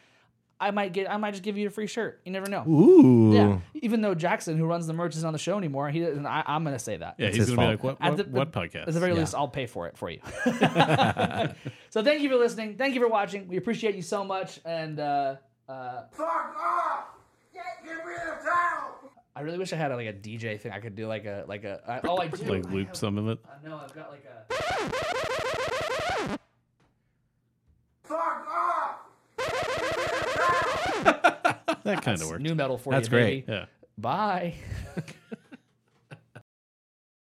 Speaker 1: I might get, I might just give you a free shirt. You never know.
Speaker 2: Ooh.
Speaker 1: Yeah. Even though Jackson, who runs the merch, isn't on the show anymore, he doesn't, I, I'm going to say that.
Speaker 3: Yeah,
Speaker 2: It's
Speaker 3: he's
Speaker 2: his
Speaker 3: gonna be like,
Speaker 2: fault.
Speaker 3: what,
Speaker 1: At
Speaker 3: what,
Speaker 1: the-
Speaker 3: what
Speaker 1: the-
Speaker 3: podcast?
Speaker 1: At the very least, I'll pay for it for you. so thank you for listening. Thank you for watching. We appreciate you so much. And uh, uh,
Speaker 4: Fuck off! Give me the towel!
Speaker 1: I really wish I had like a DJ thing I could do, like a like a. I, oh, I do.
Speaker 3: like loop some of it.
Speaker 1: I know I've got like a.
Speaker 4: Fuck off!
Speaker 3: That kind of worked.
Speaker 1: New metal for
Speaker 2: That's
Speaker 1: you. baby.
Speaker 3: Yeah.
Speaker 1: Bye.